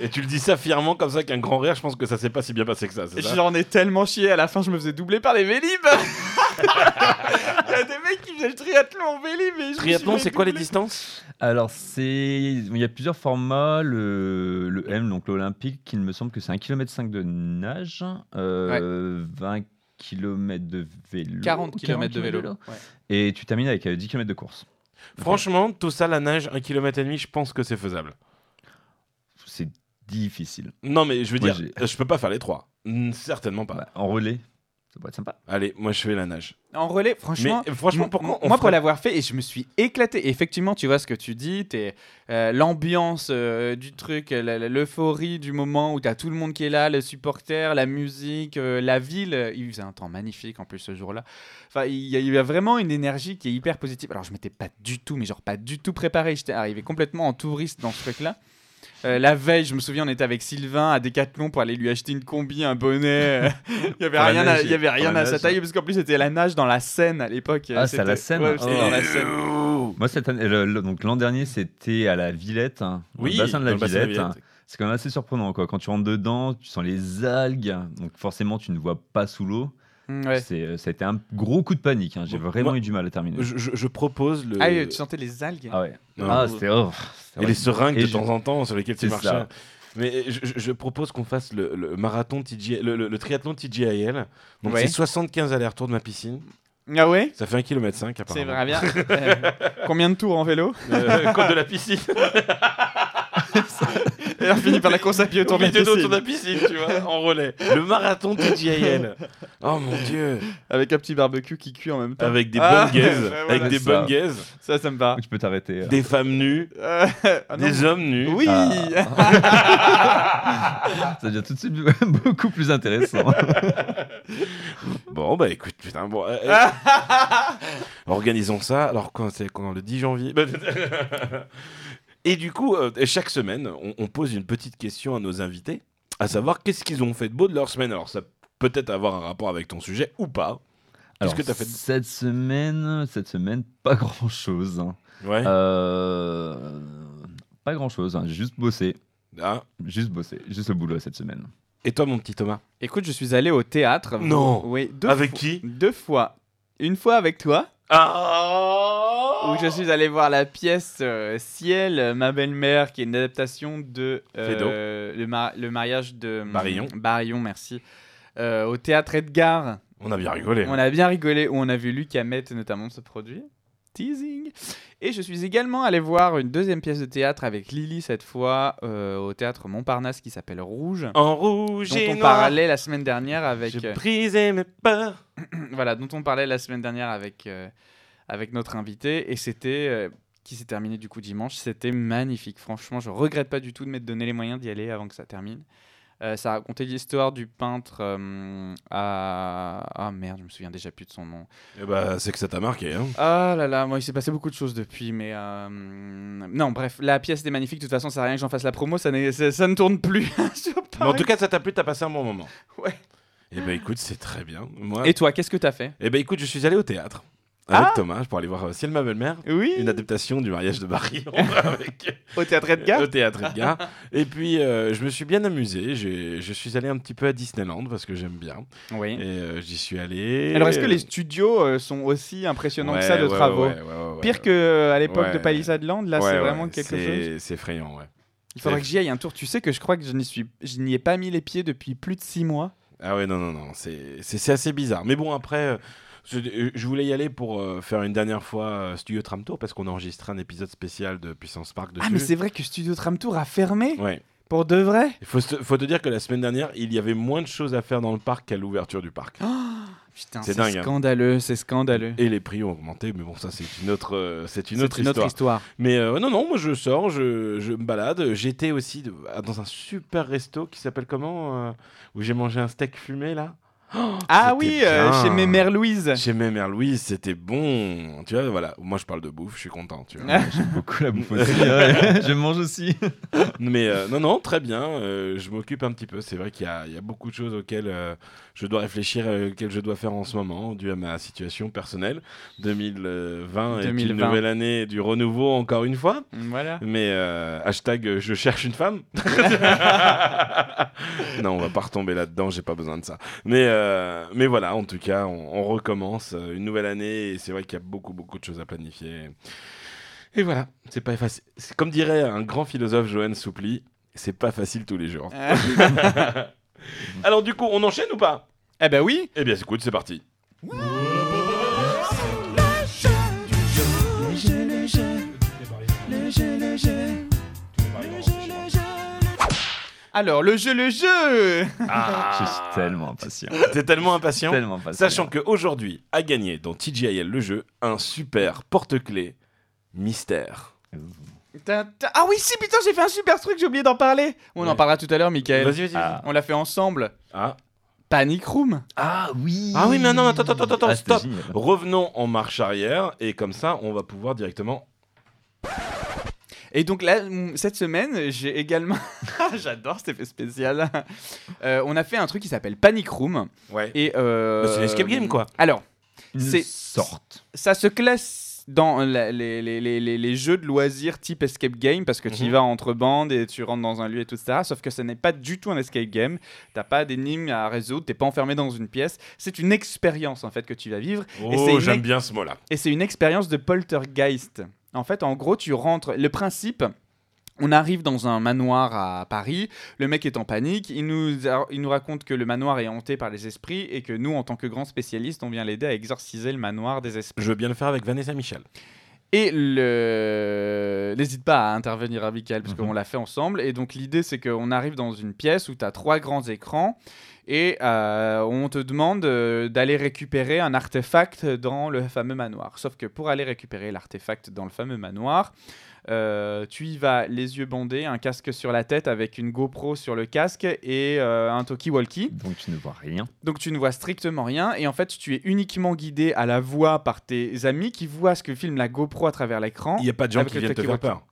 S2: Et tu le dis ça fièrement comme ça, avec un grand rire. Je pense que ça s'est pas si bien passé que ça. c'est ça
S3: J'en ai tellement chié. À la fin, je me faisais doubler par les vélib. Il y a des mecs qui faisaient le triathlon en vélo, mais je
S2: Triathlon, c'est quoi les distances
S4: Alors, c'est... il y a plusieurs formats. Le, le M, donc l'olympique, qui me semble que c'est 1,5 km de nage, euh, 20 km de vélo.
S3: 40 km de vélo. Ouais.
S4: Et tu termines avec euh, 10 km de course.
S2: Franchement, tout ça, la nage, un kilomètre et demi, je pense que c'est faisable.
S4: C'est difficile.
S2: Non, mais je veux
S4: Moi,
S2: dire, je peux pas faire les trois. Mm, Certainement pas.
S4: Bah, en relais, ça pourrait être sympa.
S2: Allez, moi je fais la nage.
S3: En relais, franchement.
S2: Mais, euh, franchement,
S3: m-
S2: pourquoi
S3: m-
S2: on
S3: Moi, pour
S2: ferait-
S3: l'avoir fait, et je me suis éclaté. Et effectivement, tu vois ce que tu dis, t'es, euh, l'ambiance euh, du truc, euh, la- la- l'euphorie du moment où t'as tout le monde qui est là, le supporter, la musique, euh, la ville. Il faisait un temps magnifique en plus ce jour-là. Enfin, il y, a- il y a vraiment une énergie qui est hyper positive. Alors, je m'étais pas du tout, mais genre pas du tout préparé. J'étais arrivé complètement en touriste dans ce truc-là. Euh, la veille, je me souviens, on était avec Sylvain à Decathlon pour aller lui acheter une combi, un bonnet. Il y avait
S4: Pour la
S3: rien, à,
S4: nage,
S3: il y avait
S4: pour
S3: rien
S4: la
S3: à sa
S4: nage.
S3: taille parce qu'en plus c'était la nage dans la Seine à l'époque.
S4: Ah, c'est à la Seine
S3: Ouais, c'était
S4: Oh.
S3: dans la Seine.
S4: Moi, cette année- le- le- donc l'an dernier, c'était à la Villette, hein, dans
S2: Oui,
S4: le bassin de la
S2: dans le bassin de la
S4: Villette. hein.
S2: Villette.
S4: C'est quand même assez surprenant, quoi. Quand tu rentres dedans, tu sens les algues, donc forcément, tu ne vois pas sous l'eau.
S3: Mm, ouais.
S4: C'est, euh, ça a été un gros coup de panique. hein. J'ai
S2: Moi-
S4: vraiment
S2: moi-
S4: eu du mal à terminer.
S2: Je, je- je propose le.
S3: Ah, tu sentais les algues
S4: Ah ouais.
S2: Non.
S4: Ah, c'était. oh, c'était
S2: et les
S4: horrible.
S2: seringues
S4: Et
S2: de
S4: je-
S2: temps en temps sur lesquelles tu
S4: C'est
S2: marches.
S4: ça.
S2: Mais je, je- je propose qu'on fasse le, le marathon TG, le, le- le triathlon TGIL. Donc
S3: Ouais.
S2: c'est 75 allers-retours de ma piscine.
S3: Ah ouais
S2: Ça fait 1,5 km apparemment.
S3: C'est vrai bien. Euh, Combien de tours en vélo
S2: Euh, côte de la piscine.
S3: Et on finit par la course à pied autour
S2: Au
S3: de la
S2: milieu
S3: piscine.
S2: de la piscine, tu vois, en relais. Le marathon TGIL. Oh mon dieu.
S3: Avec un petit barbecue qui cuit en même temps.
S2: Avec des
S3: Ah,
S2: bonnes gaises.
S3: ouais, voilà,
S2: avec des
S4: c'est
S2: bonnes
S4: ça.
S2: gaises.
S3: Ça, ça me va.
S4: Tu peux t'arrêter. euh.
S2: Des femmes nues.
S3: Euh, ah non.
S2: des hommes nus.
S3: Oui
S4: Ah. ça devient tout de suite beaucoup plus intéressant.
S2: Bon, bah écoute, putain, bon. euh, euh, organisons ça. Alors, quand c'est quand, le 10 janvier Bah, Et du coup, euh, chaque semaine, on, on pose une petite question à nos invités, à savoir qu'est-ce qu'ils ont fait de beau de leur semaine. Alors, ça peut peut-être avoir un rapport avec ton sujet ou pas.
S4: Alors,
S2: que t'as fait de-
S4: cette semaine, cette semaine, pas grand chose.
S2: Ouais.
S4: pas grand chose, hein. J'ai juste bossé,
S2: Ah.
S4: juste bossé, juste le boulot cette semaine.
S2: Et toi, mon petit Thomas
S3: Écoute, je suis allé au théâtre.
S2: Non.
S3: Oui, deux
S2: Avec
S3: fois-
S2: qui
S3: Deux fois. Une fois avec toi.
S2: Ah
S3: où je suis allé voir la pièce euh, Ciel, euh, ma belle-mère, qui est une adaptation de euh, le, ma- le mariage de hum,
S2: Barillon.
S3: Barillon, merci. Euh, au théâtre Edgar,
S2: On a bien rigolé. hein.
S3: on a bien rigolé, où on a vu Luc Hamet notamment se produire. Teasing. Et je suis également allé voir une deuxième pièce de théâtre avec Lily cette fois euh, au théâtre Montparnasse qui s'appelle Rouge,
S2: En rouge
S3: dont
S2: et
S3: on
S2: noir,
S3: parlait la semaine dernière avec
S2: j'ai
S3: euh,
S2: brisé mes peurs.
S3: voilà, dont on parlait la semaine dernière avec, euh, avec notre invité, et c'était, euh, qui s'est terminé du coup dimanche, c'était magnifique. Franchement, je regrette pas du tout de m'être donné les moyens d'y aller avant que ça termine. Euh, ça racontait l'histoire du peintre euh, à... Ah merde, je me souviens déjà plus de son nom.
S2: Eh bah, c'est que ça t'a marqué, hein.
S3: Ah là là, moi il s'est passé beaucoup de choses depuis, mais... euh, Non, bref, la pièce était magnifique, de toute façon, ça sert à rien que j'en fasse la promo, ça, n'est- ça, ça ne tourne plus. hein, sur
S2: Mais en
S3: Paris.
S2: tout cas, ça t'a plu, t'as passé un bon moment.
S3: Ouais.
S2: Eh ben écoute, c'est très bien. Moi,
S3: Et toi, qu'est-ce que t'as fait
S2: eh ben écoute, je suis allé au théâtre avec
S3: Ah
S2: Thomas pour aller voir euh, Ciel ma belle-mère,
S3: Oui,
S2: une adaptation du mariage de Barry avec
S3: au théâtre Edgar
S2: au théâtre Edgar. Et puis euh, je me suis bien amusé. J'ai- Je suis allé un petit peu à Disneyland parce que j'aime bien.
S3: Oui.
S2: Et euh, j'y suis allé.
S3: Alors, est-ce que les studios euh, sont aussi impressionnants que ça de
S2: Ouais, ouais,
S3: travaux
S2: ouais, ouais, ouais, ouais.
S3: Pire que euh, à l'époque de
S2: Ouais.
S3: Palisade Land, là
S2: Ouais,
S3: c'est
S2: ouais,
S3: vraiment quelque
S2: c'est-
S3: chose.
S2: C'est effrayant, ouais.
S3: Il faudrait
S2: c'est-
S3: que j'y aille un tour. Tu sais que je crois que je n'y suis, je n'y ai pas mis les pieds depuis plus de six mois.
S2: Ah ouais, non, non, non, c'est c'est- c'est assez bizarre. Mais bon, après, euh, je, euh, je voulais y aller pour euh, faire une dernière fois euh, Studio Tram Tour parce qu'on a enregistré un épisode spécial de Puissance Park dessus.
S3: Ah mais c'est vrai que Studio Tram Tour a fermé
S2: Ouais.
S3: pour de vrai.
S2: Il faut, se- faut te dire que la semaine dernière, il y avait moins de choses à faire dans le parc qu'à l'ouverture du parc.
S3: Putain,
S2: C'est
S3: c'est
S2: dingue, hein.
S3: scandaleux, c'est scandaleux.
S2: Et les prix ont augmenté, mais bon, ça, c'est une autre, euh, c'est une
S3: C'est
S2: autre histoire.
S3: histoire.
S2: Mais euh, non, non, moi, je sors, je, je me balade. J'étais aussi de- dans un super resto qui s'appelle comment euh, Où j'ai mangé un steak fumé, là
S3: Ah
S2: C'était
S3: oui, euh,
S2: bien.
S3: chez mes mères Louise.
S2: Chez mes mères Louise, c'était bon. Tu vois, voilà. Moi, je parle de bouffe, je suis content, tu vois.
S3: Ah.
S4: J'aime beaucoup la bouffe aussi. ouais. Je mange aussi.
S2: Mais euh, non, non, très bien. euh, je m'occupe un petit peu. C'est vrai qu'il y, a- il y a beaucoup de choses auxquelles euh, je dois réfléchir, euh, auxquelles je dois faire en ce moment, dû à ma situation personnelle. 2020 est une
S3: 2020.
S2: nouvelle année du renouveau, encore une fois.
S3: Voilà.
S2: Mais euh, hashtag euh, je cherche une femme. non, on va pas retomber là-dedans, j'ai pas besoin de ça. Mais, euh, euh, mais voilà, en tout cas, on, on recommence euh, une nouvelle année et c'est vrai qu'il y a beaucoup, beaucoup de choses à planifier. Et voilà, c'est pas facile. C'est Comme dirait un grand philosophe, Johan Soupli, c'est pas facile tous les jours. Alors du coup, on enchaîne ou pas
S3: eh ben oui
S2: Eh bien, écoute, c'est parti.
S1: Le jeu, le jeu, le jeu, le jeu, le jeu, le jeu.
S3: Alors, le jeu, le jeu
S4: Je suis tellement impatient.
S2: T'es tellement impatient.
S4: Tellement impatient.
S2: Sachant que aujourd'hui a gagné dans TGIL le jeu un super porte-clés mystère.
S3: Ta- ta- Ah oui, si, putain, j'ai fait un super truc, j'ai oublié d'en parler On en
S2: Ouais.
S3: parlera tout à l'heure, Michael.
S2: vas-y.
S4: Ah.
S3: On l'a fait ensemble.
S2: Ah.
S3: Panic Room
S4: Ah oui
S2: Ah oui, mais non, attends, attends, attends, attends,
S4: Ah, c'était
S2: stop.
S4: génial.
S2: Revenons en marche arrière et comme ça, on va pouvoir directement.
S3: Et donc là, mm, cette semaine, j'ai également... Ah, J'adore cet effet spécial. Euh, on a fait un truc qui s'appelle Panic Room.
S2: Ouais.
S3: Et euh,
S2: Bah, c'est l'escape game, quoi.
S3: Alors,
S4: Une
S3: C'est-
S4: sorte.
S3: ça se classe dans la- les, les- les- les- les jeux de loisirs type escape game parce que tu y
S2: Mhm.
S3: vas entre bandes et tu rentres dans un lieu et tout ça. Sauf que ce n'est pas du tout un escape game. T'as pas d'énigmes à résoudre. T'es pas enfermé dans une pièce. C'est une expérience en fait que tu vas vivre c'est
S2: Oh,
S3: une-
S2: j'aime bien ce mot-là.
S3: et c'est une expérience de poltergeist. En fait, en gros, tu rentres. Le principe. On arrive dans un manoir à Paris, le mec est en panique, il nous, a- il nous raconte que le manoir est hanté par les esprits et que nous, en tant que grands spécialistes, on vient l'aider à exorciser le manoir des esprits.
S2: Je veux bien le faire avec Vanessa Michel.
S3: Et le... n'hésite pas à intervenir, Amical, parce
S4: Mhm.
S3: qu'on l'a fait ensemble. Et donc l'idée, c'est qu'on arrive dans une pièce où tu as trois grands écrans et euh, on te demande euh, d'aller récupérer un artefact dans le fameux manoir. Sauf que pour aller récupérer l'artefact dans le fameux manoir, euh, tu y vas les yeux bandés, un casque sur la tête avec une GoPro sur le casque et euh, un talkie-walkie.
S4: Donc tu ne vois rien.
S3: Donc tu ne vois strictement rien et en fait tu es uniquement guidé à la voix par tes amis qui voient ce que filme la GoPro à travers l'écran.
S2: Il n'y a pas de gens
S3: Avec
S2: qui
S3: le
S2: viennent te faire
S3: talkie-walkie.
S2: peur.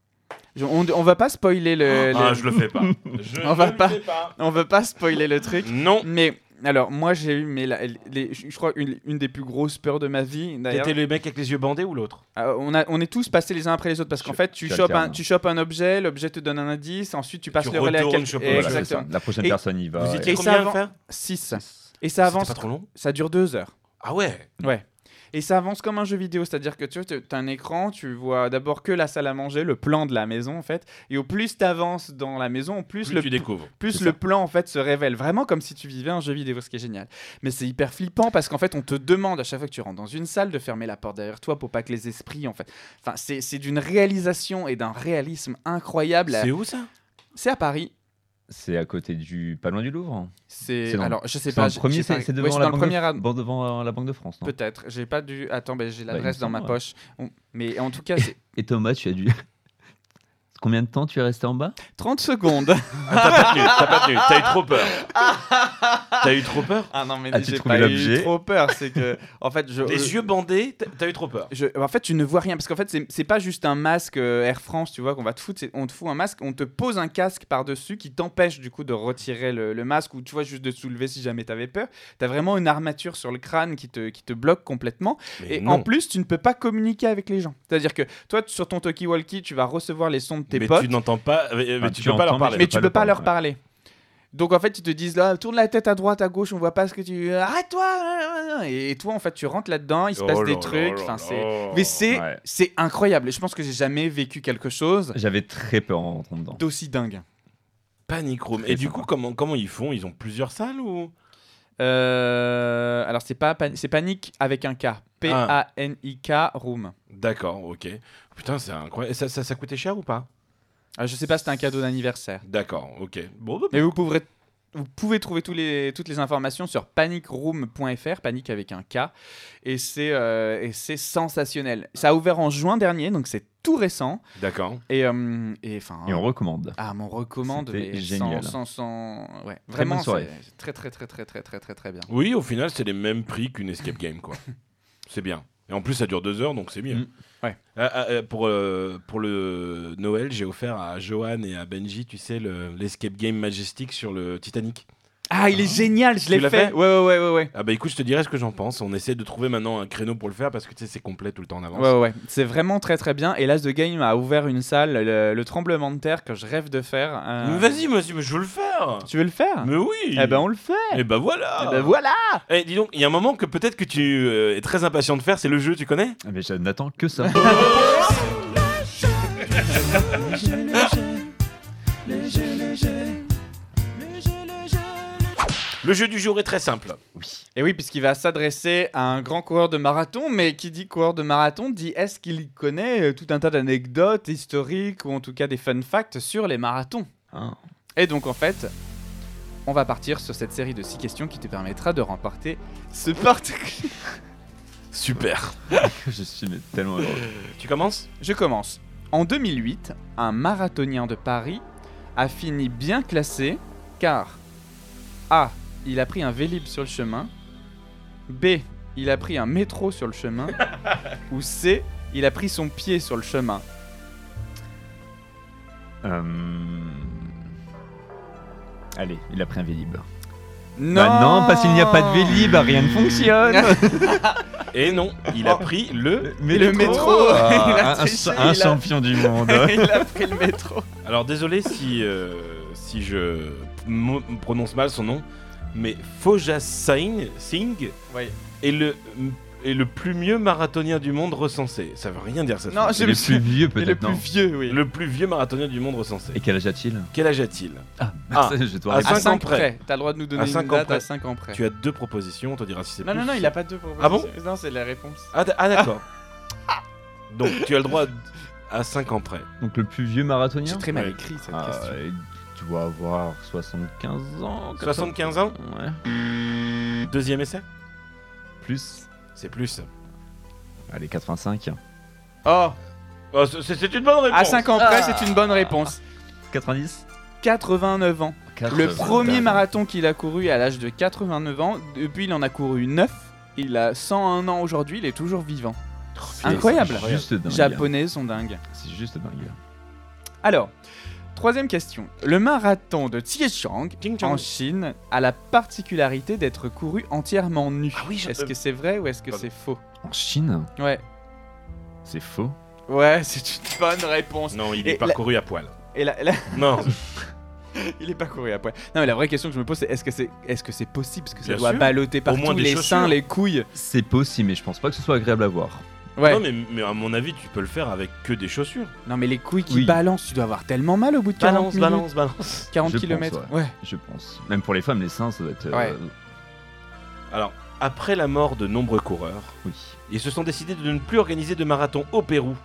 S3: Je- On, on va pas spoiler le.
S2: Ah,
S3: le-
S2: je le fais pas. Je
S3: On va
S2: ne le
S3: pas.
S2: fais pas.
S3: On veut pas spoiler le truc.
S2: Non.
S3: Mais alors moi j'ai eu mais la- les- je je crois une, une des plus grosses peurs de ma vie. D'ailleurs,
S2: T'étais le mec avec les yeux bandés ou l'autre
S3: Euh, on, a- on est tous passés les uns après les autres parce qu'en
S4: Tu-
S3: fait tu
S4: tu
S3: chopes un
S4: alternes.
S3: tu chopes un objet, l'objet te donne un indice, ensuite tu passes
S2: tu
S3: le relais à
S2: retournes
S3: quelqu'un.
S2: choper. Voilà,
S4: c'est ça.
S3: Exactement.
S4: La prochaine
S3: Et
S4: personne y va.
S2: Vous étiez
S3: Et
S2: combien
S3: ça
S2: à le
S3: avance-
S2: faire
S3: 6
S2: Bah,
S3: et ça
S2: C'était
S3: avance.
S2: pas trop long
S3: Ça dure deux heures.
S2: Ah ouais
S3: Ouais. Et ça avance comme un jeu vidéo, c'est-à-dire que tu as un écran, tu vois d'abord que la salle à manger, le plan de la maison en fait, et au plus tu avances dans la maison, au plus,
S2: Plus
S3: le,
S2: tu découvres.
S3: plus
S4: c'est
S3: le
S4: ça.
S3: plan en fait se révèle, vraiment comme si tu vivais un jeu vidéo, ce qui est génial. Mais c'est hyper flippant parce qu'en fait on te demande à chaque fois que tu rentres dans une salle de fermer la porte derrière toi pour pas que les esprits en fait... Enfin c'est c'est d'une réalisation et d'un réalisme incroyable.
S2: C'est où ça
S3: C'est à Paris.
S4: C'est à côté du. pas loin du Louvre.
S3: C'est
S4: C'est dans-
S3: alors je sais
S4: C'est
S3: pas.
S4: dans le
S3: j'ai-
S4: premier,
S3: j'ai pas-
S4: c'est c'est
S3: ouais,
S4: devant,
S3: c'est
S4: la
S3: dans le
S4: banque
S3: premier
S4: de-
S3: ad-
S4: bon, devant euh, la Banque de France. non
S3: Peut-être. J'ai pas dû. Attends, ben, j'ai
S4: il me
S3: l'adresse dans ma
S4: semble, ouais.
S3: poche. On- Mais en tout cas, c'est
S4: Et Thomas, tu as dû. Combien de temps tu es resté en bas
S3: 30 secondes.
S2: T'as pas tenu, t'as pas tenu, t'as eu trop peur. T'as eu trop peur
S3: Ah non, mais
S4: As-tu
S3: j'ai
S4: trouvé
S3: pas eu
S4: l'objet
S3: trop peur. C'est que, en fait, je.
S2: Les yeux bandés, t'as- t'as eu trop peur.
S3: je- en fait, tu ne vois rien parce qu'en fait, c'est- c'est pas juste un masque euh, Air France, tu vois, qu'on va te foutre. c'est- On te fout un masque, on te pose un casque par-dessus qui t'empêche du coup de retirer le, le masque ou tu vois juste de te soulever si jamais t'avais peur. T'as vraiment une armature sur le crâne qui te, qui te bloque complètement.
S2: Mais
S3: et
S2: non.
S3: en plus, tu ne peux pas communiquer avec les gens. C'est-à-dire que toi, tu- sur ton talkie-walkie, tu vas recevoir les sons de tes
S2: mais
S3: potes.
S2: tu n'entends pas, mais, mais
S4: Enfin,
S2: Ah, tu,
S4: tu
S2: peux pas leur
S4: entends,
S2: parler.
S3: mais
S4: peux
S3: tu
S4: pas
S3: peux
S4: le
S3: pas
S4: parler,
S3: leur
S4: ouais.
S3: parler. Donc en fait, ils te disent là, tourne la tête à droite, à gauche, on voit pas ce que tu. Arrête-toi Et et toi, en fait, tu rentres là-dedans, il se passe
S2: Oh
S3: des
S2: là
S3: trucs.
S2: là
S3: Enfin,
S2: là
S3: c'est.
S2: là.
S3: Mais c'est
S4: Oh, Ouais.
S3: c'est incroyable. Je pense que j'ai jamais vécu quelque chose
S4: J'avais très peur en rentrant dedans.
S3: d'aussi dingue.
S2: Panic Room.
S4: Très
S2: Et du
S4: sympa.
S2: coup, comment, comment ils font Ils ont plusieurs salles ou
S3: Euh, alors c'est pas pan- c'est panique avec un K. P A N I K room.
S2: D'accord, ok. Putain, c'est incroyable. Et ça, ça, ça coûtait cher ou pas
S3: Alors, Euh, je sais pas, c'était un cadeau d'anniversaire.
S2: D'accord, ok. Bon, bah,
S3: Mais vous pourrez vous pouvez trouver tous les, toutes les informations sur panicroom.fr, panique avec un K, et c'est euh, et c'est sensationnel. Ça a ouvert en juin dernier, donc c'est tout récent.
S2: d'accord.
S3: Et euh, et enfin,
S4: Et on recommande.
S3: ah, mais on recommande,
S4: C'était
S3: mais
S4: génial.
S3: sans, sans, sans- ouais,
S4: Très bonne
S3: vraiment,
S4: soirée.
S3: c'est très très très très très très très très bien.
S2: Oui, au final, c'est les mêmes prix qu'une escape game, quoi. c'est bien. Et en plus, ça dure deux heures, donc c'est bien.
S4: Mm.
S3: Ouais.
S2: Ah, ah, ah, pour, euh, pour le Noël, j'ai offert à Johan et à Benji, tu sais, le- l'escape game Majestic sur le Titanic.
S3: Ah, il est génial, je l'ai
S2: l'as
S3: fait.
S2: fait
S3: Ouais, ouais, ouais, ouais, ouais.
S2: Ah bah écoute, je te dirai ce que j'en pense. On essaie de trouver maintenant un créneau pour le faire parce que tu sais, c'est complet tout le temps en avance.
S3: Ouais, ouais, ouais. c'est vraiment très très bien. Et là, The Game a ouvert une salle, le, le tremblement de terre que je rêve de faire. euh,
S2: Mais vas-y, monsieur, mais je veux le faire.
S3: Tu veux le faire
S2: Mais oui.
S3: Eh ben, on le fait.
S2: Eh ben voilà.
S3: Eh ben, voilà.
S2: Eh, dis donc, il y a un moment que peut-être que tu euh, es très impatient de faire, c'est le jeu, tu connais
S4: Ah, Mais je n'attends que ça.
S2: Le jeu du jour est très simple.
S4: oui.
S3: Et oui, puisqu'il va s'adresser à un grand coureur de marathon, mais qui dit coureur de marathon dit est-ce qu'il connaît euh, tout un tas d'anecdotes historiques ou en tout cas des fun facts sur les marathons hein.
S4: Ah.
S3: Et donc en fait, on va partir sur cette série de six questions qui te permettra de remporter ce particulier.
S2: Super.
S4: Je suis mais, tellement heureux.
S2: Tu commences
S3: Je commence. En 2008, un marathonien de Paris a fini bien classé car A. Il a pris un vélib sur le chemin. B. Il a pris un métro sur le chemin. ou C. Il a pris son pied sur le chemin.
S4: Euh, Allez, il a pris un Vélib.
S3: Non,
S4: Bah non, parce qu'il n'y a pas de Vélib, rien ne fonctionne.
S2: Et Eh non, il a pris le.
S4: Mais
S3: le métro, il a
S4: Ah, un,
S3: triché,
S4: un
S3: il a-
S4: champion du monde.
S3: Il a pris le métro.
S2: Alors désolé si, euh, si je mo- prononce mal son nom, mais Foja Singh, Singh
S3: Oui.
S2: est, le, est le plus mieux marathonien du monde recensé. Ça veut rien dire ça.
S3: Non,
S4: Il est
S3: je
S4: le
S3: me
S4: plus
S3: suis.
S4: vieux
S3: Il est le
S4: peut-être,
S3: plus
S4: non
S3: vieux, oui.
S2: Le plus vieux marathonien du monde recensé.
S4: Et quel âge a-t-il
S2: Quel âge a-t-il
S4: Ah,
S2: Ah,
S4: je vais devoir
S2: à
S4: répondre.
S3: À
S2: cinq ans
S3: 5
S2: près.
S3: près. T'as le droit de nous donner
S2: À cinq
S3: une
S2: ans
S3: date
S2: près.
S3: à 5 ans près.
S2: Tu as deux propositions, on te dira si c'est
S3: Non,
S2: plus.
S3: non, non, il a pas deux propositions.
S2: Ah bon
S3: Non, c'est la réponse.
S2: Ah, d- ah, d'accord. Donc tu as le droit à 5 ans près.
S4: Donc le plus vieux marathonien
S3: J'ai très mal
S2: Ouais.
S3: écrit cette
S4: Ah,
S3: question.
S4: euh, Tu dois avoir 75 ans.
S2: 75 ans,
S4: Ouais.
S2: deuxième essai
S4: Plus.
S2: C'est plus.
S4: Allez, 85.
S3: Oh
S2: Oh, c'est- c'est une bonne réponse.
S3: À 5 ans près, c'est une bonne réponse.
S2: Ah.
S4: 90
S3: 89 ans. Le premier marathon qu'il a couru à l'âge de 89 ans, depuis il en a couru 9. Il a 101 ans aujourd'hui, il est toujours vivant. Incroyable.
S4: C'est juste dingue.
S3: Japonais sont dingues.
S4: C'est juste dingue.
S3: Alors, troisième question. Le marathon de Tiechang
S2: Ting Chong.
S3: en Chine a la particularité d'être couru entièrement nu.
S2: Ah oui, je-
S3: Est-ce que c'est vrai ou est-ce que
S2: Pardon.
S3: c'est faux
S4: En Chine,
S3: Ouais.
S4: c'est faux.
S3: Ouais, c'est une bonne réponse.
S2: Non, il
S3: Et
S2: est
S3: la-
S2: parcouru à poil.
S3: Et la- la-
S2: Non,
S3: Il est pas couru après. Non mais la vraie question que je me pose c'est est-ce que c'est est-ce que c'est possible parce que ça
S2: Bien
S3: doit
S2: sûr.
S3: balloter partout
S2: moins des
S3: les
S2: chaussures.
S3: seins, les couilles.
S4: C'est possible, mais je pense pas que ce soit agréable à voir.
S3: Ouais.
S2: non mais, mais à mon avis, tu peux le faire avec que des chaussures.
S3: Non mais les couilles qui
S4: Oui.
S3: balancent, tu dois avoir tellement mal au bout de 40 minutes,
S2: balance.
S3: 40
S4: Je
S3: km.
S4: pense,
S3: ouais.
S4: Je pense. Même pour les femmes, les seins, ça doit être. euh,
S3: Ouais.
S2: Alors, après la mort de nombreux coureurs,
S4: Oui.
S2: ils se sont décidés de ne plus organiser de marathon au Pérou.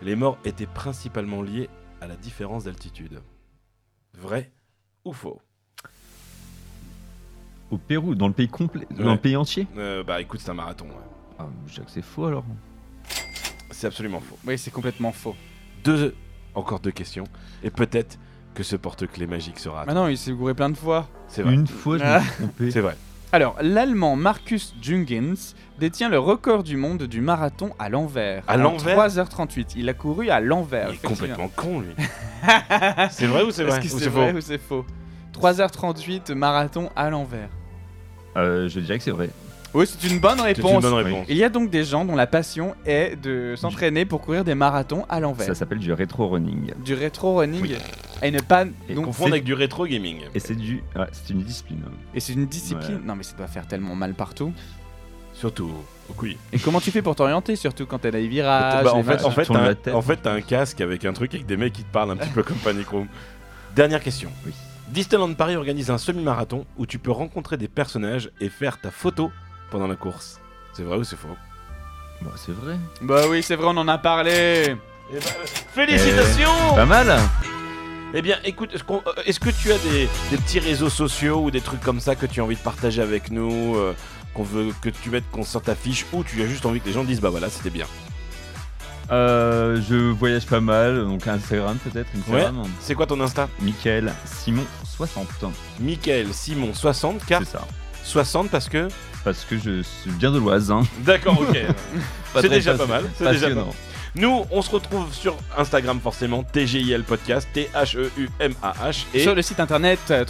S2: Les morts étaient principalement liés à la différence d'altitude. Vrai ou faux
S4: Au Pérou, dans le pays complet,
S2: Ouais.
S4: dans le pays entier
S2: Euh, Bah écoute, c'est un marathon. ouais.
S4: Ah, je dirais que c'est faux alors.
S2: C'est absolument faux.
S3: Oui, c'est complètement faux.
S2: Deux, encore deux questions. Et peut-être que ce porte-clé magique sera.
S3: Ah non, il s'est gouré plein de fois.
S2: C'est vrai.
S4: Une fois, je me suis trompé.
S2: C'est vrai.
S3: Alors, l'allemand Marcus Jungens détient le record du monde du marathon à l'envers.
S2: À
S3: En
S2: l'envers
S3: 3h38, il a couru à l'envers.
S2: Il est
S3: effectivement.
S2: complètement con lui. c'est vrai ou c'est
S3: Ah,
S2: vrai
S3: Est-ce que
S2: Ou
S3: c'est vrai ou c'est faux 3h38 marathon à l'envers. Ah.
S4: Euh, je dirais que c'est vrai.
S3: Oui, c'est une bonne
S2: C'est une
S3: réponse.
S2: bonne réponse.
S3: Il y a donc des gens dont la passion est de s'entraîner pour courir des marathons à l'envers.
S4: Ça s'appelle du rétro-running.
S3: Du rétro-running
S2: Oui.
S3: et ne pas.
S4: Et
S3: donc-
S2: Confondre avec du rétro gaming.
S4: Et c'est du. Ouais, c'est une discipline. hein.
S3: et c'est une discipline.
S4: Ouais.
S3: Non, mais ça doit faire tellement mal partout.
S2: Surtout au couille.
S3: Et comment tu fais pour t'orienter, surtout quand t'as des virages
S2: Bah, en
S3: des
S2: fait,
S3: machins
S2: en fait,
S4: tourne
S2: t'as
S4: la
S2: un-
S4: tête.
S2: en fait, t'as un casque avec un truc avec des mecs qui te parlent un petit peu comme Panic Room. Dernière question.
S4: Oui.
S2: Disneyland Paris organise un semi-marathon où tu peux rencontrer des personnages et faire ta photo pendant la course. C'est vrai ou c'est faux
S4: Bah, c'est vrai.
S3: Bah oui, c'est vrai, on en a parlé.
S2: Félicitations
S4: Pas mal
S2: Eh bien, écoute, est-ce, qu'on- euh, est-ce que tu as des, des petits réseaux sociaux ou des trucs comme ça que tu as envie de partager avec nous euh, qu'on veut que tu mettes qu'on sorte ta fiche ou tu as juste envie que les gens disent bah voilà c'était bien.
S4: Euh, je voyage pas mal, donc Instagram peut-être, Instagram.
S2: C'est quoi ton Insta
S4: Michael Simon 60.
S2: Michael Simon 60 car
S4: C'est ça.
S2: 60 parce que
S4: Parce que je suis bien de l'Oise. Hein.
S2: D'accord, ok.
S4: Pas très
S2: c'est déjà
S4: facile.
S2: pas mal. C'est déjà pas mal.
S4: Passionnant.
S2: Nous, on se retrouve sur Instagram forcément, TGIL Podcast, E T-H-E-U-M-A-H. Et
S3: Sur le site internet euh,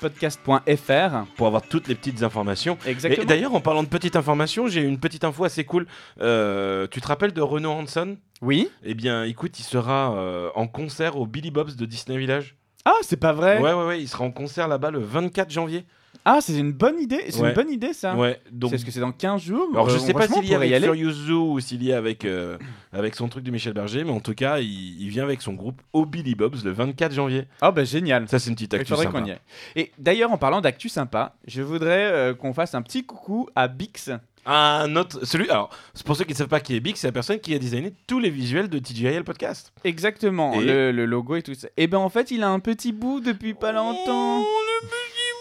S3: www.tjlpodcast.fr.
S2: pour avoir toutes les petites informations. Et
S3: Exactement.
S2: d'ailleurs, en parlant de petites informations, j'ai une petite info assez cool. Euh, tu te rappelles de Renaud Hanson
S3: Oui.
S2: Eh bien, écoute, il sera euh, en concert au Billy Bob's de Disney Village.
S3: Ah, c'est pas vrai.
S2: Ouais, ouais, ouais, il sera en concert là-bas le 24 janvier.
S3: Ah, c'est une bonne idée. C'est
S2: Ouais.
S3: une bonne idée ça.
S2: Ouais, donc.
S3: Ah. C'est ce que c'est dans 15 jours.
S2: Alors, je
S3: Euh,
S2: sais pas
S3: franchement,
S2: s'il y
S3: on
S2: a
S3: pourrait
S2: avec
S3: y aller.
S2: Furious Zoo ou s'il y a avec, euh, avec son truc de Michel Berger, mais en tout cas, il, il vient avec son groupe au Billy Bob's le 24 janvier.
S3: Ah bah génial.
S2: Ça, c'est une petite
S3: Il
S2: actu
S3: faudrait
S2: sympa.
S3: qu'on y aille. Et d'ailleurs, en parlant d'actu sympa, je voudrais euh, qu'on fasse un petit coucou à Bix.
S2: Un autre, celui, alors, c'est pour ceux qui ne savent pas qui est Big, c'est la personne qui a designé tous les visuels de TGIL Podcast.
S3: Exactement,
S2: Et-
S3: le, le logo et tout ça. Et ben en fait, il a un petit bout depuis pas longtemps.
S2: Oh,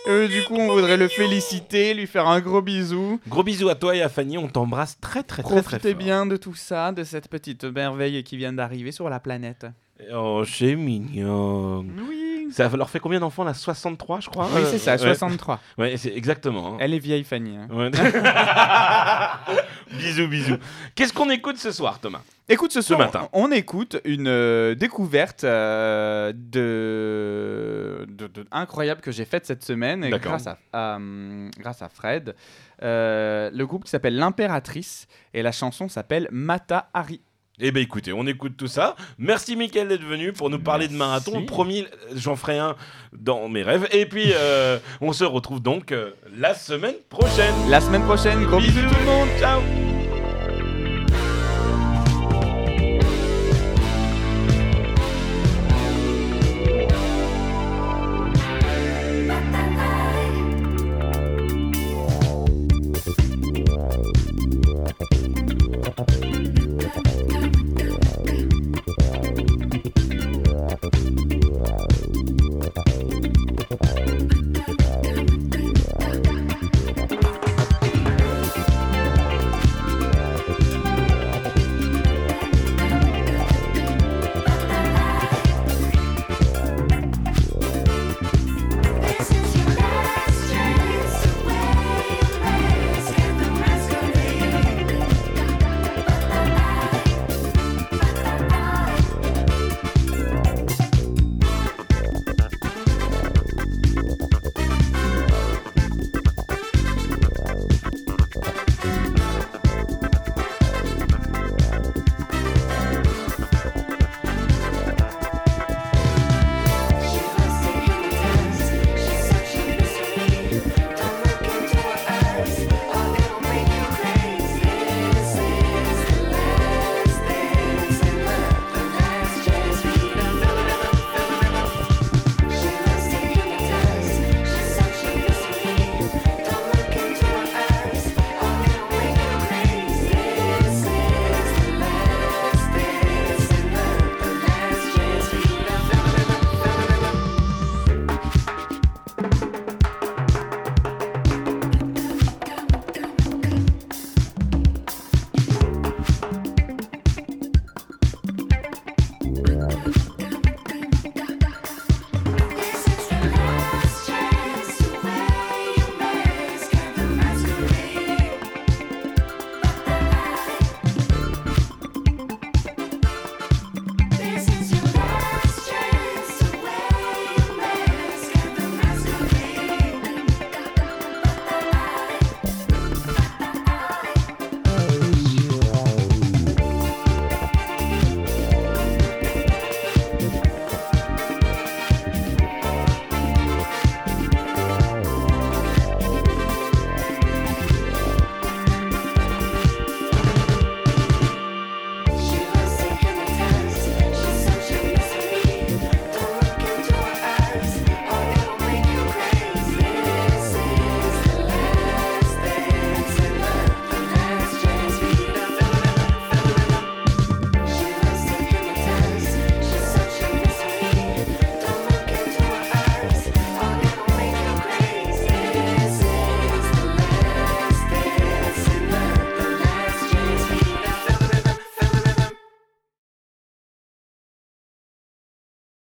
S3: Euh, du coup, on voudrait le féliciter, lui faire un gros bisou.
S2: Gros bisous à toi et à Fanny, on t'embrasse très très très très
S3: Profitez
S2: fort.
S3: bien de tout ça, de cette petite merveille qui vient d'arriver sur la planète.
S2: Oh, c'est mignon.
S3: Oui.
S2: Ça leur fait combien d'enfants là 63, je crois
S3: Oui, c'est ça,
S2: Euh,
S3: 63.
S2: Ouais, ouais, c'est exactement. hein.
S3: Elle est vieille, Fanny. hein.
S2: Ouais. bisous, bisous. Qu'est-ce qu'on écoute ce soir, Thomas
S3: Écoute, ce soir,
S2: matin.
S3: on on écoute une euh, découverte euh, de... de- de- incroyable que j'ai faite cette semaine et
S2: D'accord.
S3: grâce à, à, hum, grâce à Fred. Euh, le groupe qui s'appelle L'Impératrice et la chanson s'appelle Mata Hari.
S2: Eh ben écoutez, on écoute tout ça. Merci Mickaël d'être venu pour nous parler de marathon.
S4: Merci.
S2: Promis, euh, j'en ferai un dans mes rêves. Et puis, euh, on se retrouve donc euh, la semaine prochaine.
S3: La semaine prochaine, gros bisous
S2: Bisous tout le monde, ciao